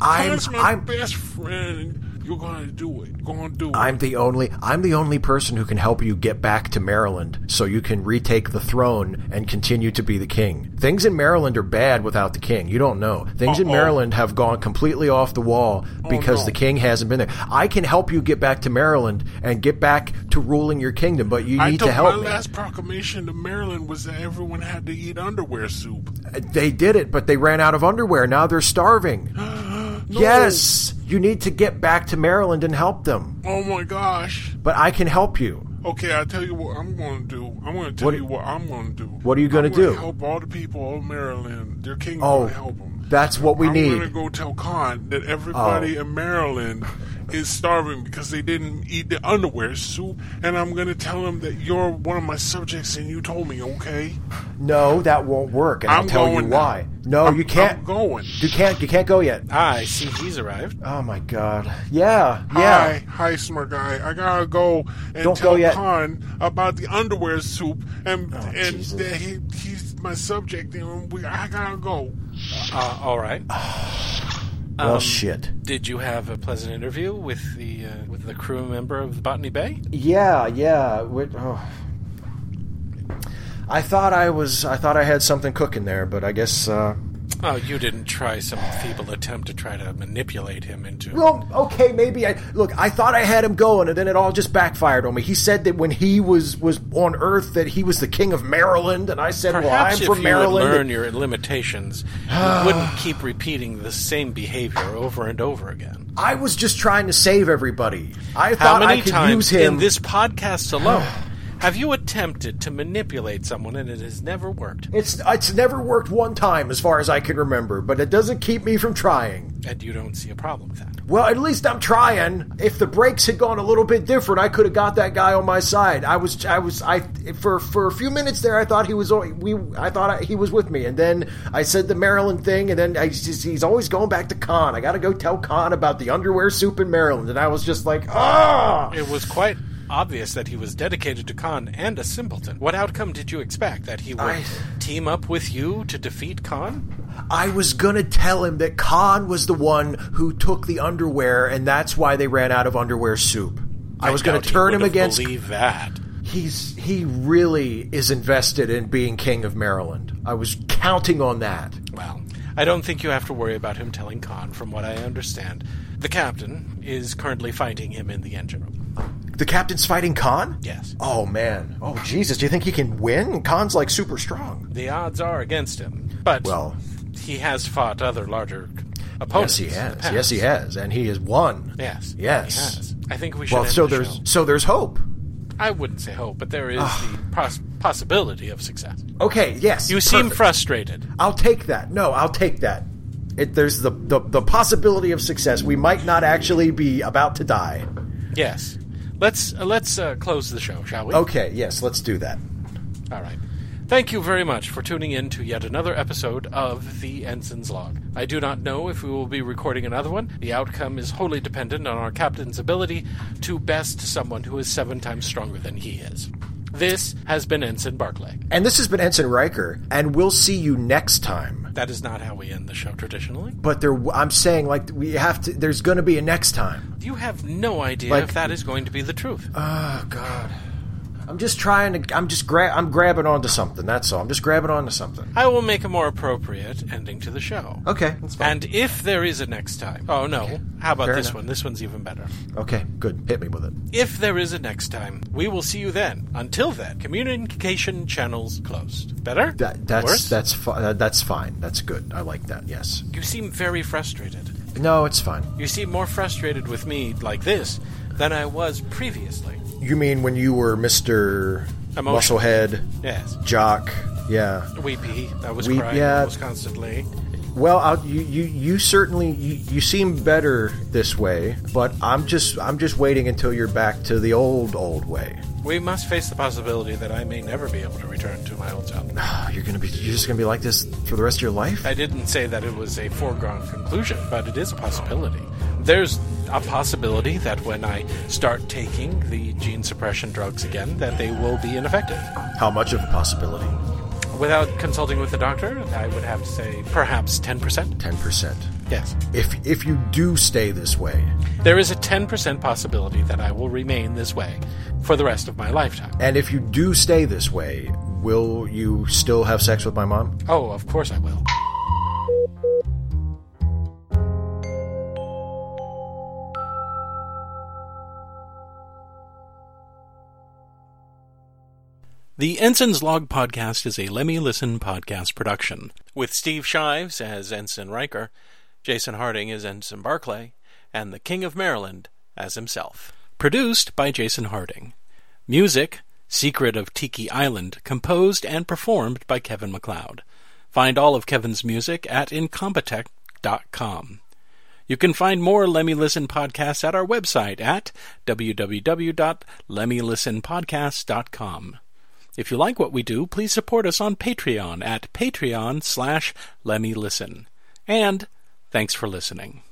[SPEAKER 2] I'm,
[SPEAKER 4] Khan's my
[SPEAKER 2] I'm,
[SPEAKER 4] best friend. You're gonna do it. You're gonna do
[SPEAKER 2] I'm the only I'm the only person who can help you get back to Maryland so you can retake the throne and continue to be the king. Things in Maryland are bad without the king. You don't know. Things in
[SPEAKER 4] Uh-oh. Oh,
[SPEAKER 2] Maryland have gone completely off the wall because
[SPEAKER 4] no.
[SPEAKER 2] the king hasn't been there. I can help you get back to Maryland and get back to ruling your kingdom, but you
[SPEAKER 4] I
[SPEAKER 2] need
[SPEAKER 4] took
[SPEAKER 2] to help
[SPEAKER 4] my
[SPEAKER 2] me.
[SPEAKER 4] last proclamation to Maryland was that everyone had to eat underwear soup.
[SPEAKER 2] Uh, They did it, but they ran out of underwear. Now they're
[SPEAKER 4] <gasps>
[SPEAKER 2] starving. Yes, you need to get back to Maryland and help them.
[SPEAKER 4] Oh my gosh.
[SPEAKER 2] But I can help you.
[SPEAKER 4] Okay, I tell you what I'm gonna do. I'm gonna tell
[SPEAKER 2] What-
[SPEAKER 4] you what I'm gonna do.
[SPEAKER 2] What are you gonna
[SPEAKER 4] I'm gonna
[SPEAKER 2] do?
[SPEAKER 4] Help all the people of Maryland. Their king
[SPEAKER 2] Oh,
[SPEAKER 4] gonna help them.
[SPEAKER 2] that's what we
[SPEAKER 4] I'm
[SPEAKER 2] need. Oh.
[SPEAKER 4] gonna go tell Khan that everybody in Maryland is starving because they didn't eat the underwear soup, and I'm gonna tell him that you're one of my subjects and you told me, okay?
[SPEAKER 2] No, that won't work, and
[SPEAKER 4] I'm
[SPEAKER 2] I'll tell you
[SPEAKER 4] going now.
[SPEAKER 2] why. No,
[SPEAKER 4] I'm-
[SPEAKER 2] you can't.
[SPEAKER 4] I'm going.
[SPEAKER 2] You can't. You can't go yet.
[SPEAKER 1] Ah, I see he's arrived.
[SPEAKER 2] Oh my god. Yeah. Yeah.
[SPEAKER 4] Hi, hi, smart guy. I gotta go and
[SPEAKER 2] Don't
[SPEAKER 4] tell
[SPEAKER 2] go yet. Oh,
[SPEAKER 4] Khan about the underwear soup, and and
[SPEAKER 2] Jesus.
[SPEAKER 4] that he, he's my subject, and we, I gotta go.
[SPEAKER 1] Uh, all right.
[SPEAKER 4] Um,
[SPEAKER 2] well, shit.
[SPEAKER 1] Did you have a pleasant interview with the uh, with the crew member of the Botany Bay?
[SPEAKER 2] Yeah. Yeah. we oh. I thought I was. I thought I had something cooking there, but I guess. Uh,
[SPEAKER 1] Oh, you didn't try some feeble attempt to try to manipulate him into.
[SPEAKER 2] well, okay, maybe I look. I thought I had him going, and then it all just backfired on me. He said that when he was was on Earth, that he was the king of Maryland, and I said, "Well, I'm
[SPEAKER 1] Perhaps if
[SPEAKER 2] from
[SPEAKER 1] you
[SPEAKER 2] Maryland."
[SPEAKER 1] would learn your limitations,
[SPEAKER 2] <sighs>
[SPEAKER 1] you wouldn't keep repeating the same behavior over and over again.
[SPEAKER 2] I was just trying to save everybody. I
[SPEAKER 1] How
[SPEAKER 2] thought I
[SPEAKER 1] many
[SPEAKER 2] could
[SPEAKER 1] times
[SPEAKER 2] use him. <sighs>
[SPEAKER 1] in this podcast alone Have you attempted to manipulate someone and it has never worked?
[SPEAKER 2] It's it's never worked one time as far as I can remember, but it doesn't keep me from trying.
[SPEAKER 1] And you don't see a problem with that.
[SPEAKER 2] Well, at least I'm trying. If the brakes had gone a little bit different, I could have got that guy on my side. I was I was I for for a few minutes there, I thought he was on- we I thought I, he was with me, and then I said the Maryland thing, and then I just, he's always going back to Con. I got to go tell Con about the underwear soup in Maryland, and I was just like, ah.
[SPEAKER 1] It was quite obvious that he was dedicated to Khan and a simpleton. What outcome did you expect? That he would
[SPEAKER 2] I-
[SPEAKER 1] team up with you to defeat Khan?
[SPEAKER 2] I was gonna tell him that Khan was the one who took the underwear, and that's why they ran out of underwear soup. I was gonna
[SPEAKER 1] doubt he
[SPEAKER 2] turn him
[SPEAKER 1] would've
[SPEAKER 2] against.
[SPEAKER 1] Believe that.
[SPEAKER 2] He's he really is invested in being king of Maryland. I was counting on that.
[SPEAKER 1] Well, I don't think you have to worry about him telling Khan, from what I understand. The captain is currently fighting him in the engine room.
[SPEAKER 2] The captain's fighting Khan.
[SPEAKER 1] Yes.
[SPEAKER 2] Oh man. Oh Jesus. Do you think he can win? Khan's like super strong.
[SPEAKER 1] The odds are against him, but
[SPEAKER 2] Well-
[SPEAKER 1] he has fought other larger opponents.
[SPEAKER 2] yes, he
[SPEAKER 1] in the
[SPEAKER 2] has.
[SPEAKER 1] past.
[SPEAKER 2] Yes, he has, and he has won.
[SPEAKER 1] Yes.
[SPEAKER 2] Oh, Yes.
[SPEAKER 1] He has. I think we should.
[SPEAKER 2] Well,
[SPEAKER 1] end
[SPEAKER 2] so
[SPEAKER 1] the
[SPEAKER 2] there's
[SPEAKER 1] show.
[SPEAKER 2] so there's hope.
[SPEAKER 1] I wouldn't say hope, but there is the pos- possibility of success.
[SPEAKER 2] Okay. Yes.
[SPEAKER 1] You seem
[SPEAKER 2] perfect.
[SPEAKER 1] frustrated.
[SPEAKER 2] I'll take that. No, I'll take that. It, there's the, the the possibility of success. We might not actually be about to die.
[SPEAKER 1] Yes. Let's uh, let's uh, close the show, shall we?
[SPEAKER 2] Okay, yes, let's do that.
[SPEAKER 1] All right. Thank you very much for tuning in to yet another episode of The Ensign's Log. I do not know if we will be recording another one. The outcome is wholly dependent on our captain's ability to best someone who is seven times stronger than he is. This has been Ensign Barclay.
[SPEAKER 2] And this has been Ensign Riker, and we'll see you next time.
[SPEAKER 1] That is not how we end the show traditionally.
[SPEAKER 2] But there, I'm saying like we have to. There's going to be a next time.
[SPEAKER 1] You have no idea
[SPEAKER 2] Like-
[SPEAKER 1] if that is going to be the truth.
[SPEAKER 2] Oh God, I'm just trying to. I'm just gra- I'm grabbing onto something. That's all. I'm just grabbing onto something.
[SPEAKER 1] I will make a more appropriate ending to the show.
[SPEAKER 3] Okay, that's fine.
[SPEAKER 1] And if there is a next time, oh no, how about
[SPEAKER 2] Fair
[SPEAKER 1] this
[SPEAKER 2] enough.
[SPEAKER 1] one? This one's even better.
[SPEAKER 2] Okay, good. Hit me with it.
[SPEAKER 1] If there is a next time, we will see you then. Until then, communication channels closed. Better?
[SPEAKER 2] That, that's
[SPEAKER 1] Worse?
[SPEAKER 2] that's fi- uh, that's fine. That's good. I like that. Yes.
[SPEAKER 1] You seem very frustrated.
[SPEAKER 2] No, it's fine.
[SPEAKER 1] You seem more frustrated with me like this than I was previously.
[SPEAKER 2] You mean when you were Mister
[SPEAKER 1] Emotional.
[SPEAKER 2] Musclehead
[SPEAKER 1] Yes.
[SPEAKER 2] Jock? Yeah.
[SPEAKER 1] Weepy. I was
[SPEAKER 2] Weep-
[SPEAKER 1] crying
[SPEAKER 2] yeah.
[SPEAKER 1] almost constantly.
[SPEAKER 2] Well, I'll, you you you certainly you, you seem better this way, but I'm just I'm just waiting until you're back to the old old way. <sighs>
[SPEAKER 1] We must face the possibility that I may never be able to return to my old self.
[SPEAKER 2] Ah, You're gonna be you're just gonna be like this for the rest of your life.
[SPEAKER 1] I didn't say that it was a foregone conclusion, but it is a possibility. There's a possibility that when I start taking the gene suppression drugs again, that they will be ineffective.
[SPEAKER 2] How much of a possibility?
[SPEAKER 1] Without consulting with the doctor, I would have to say perhaps 10%.
[SPEAKER 2] Ten percent.
[SPEAKER 1] Yes.
[SPEAKER 2] If if you do stay this way,
[SPEAKER 1] There is a 10% possibility that I will remain this way for the rest of my lifetime.
[SPEAKER 2] and if you do stay this way, will you still have sex with my mom?
[SPEAKER 1] Oh, of course I will. The Ensign's Log podcast is a Lemmy Listen podcast production, with Steve Shives as Ensign Riker, Jason Harding as Ensign Barclay, and the King of Maryland as himself. Produced by Jason Harding. Music, Secret of Tiki Island, composed and performed by Kevin McLeod. Find all of Kevin's music at incompetech.com. You can find more Lemmy Listen podcasts at our website at www.lemmylistenpodcast.com. If you like what we do, please support us on Patreon at patreon slash lemmylisten. And thanks for listening.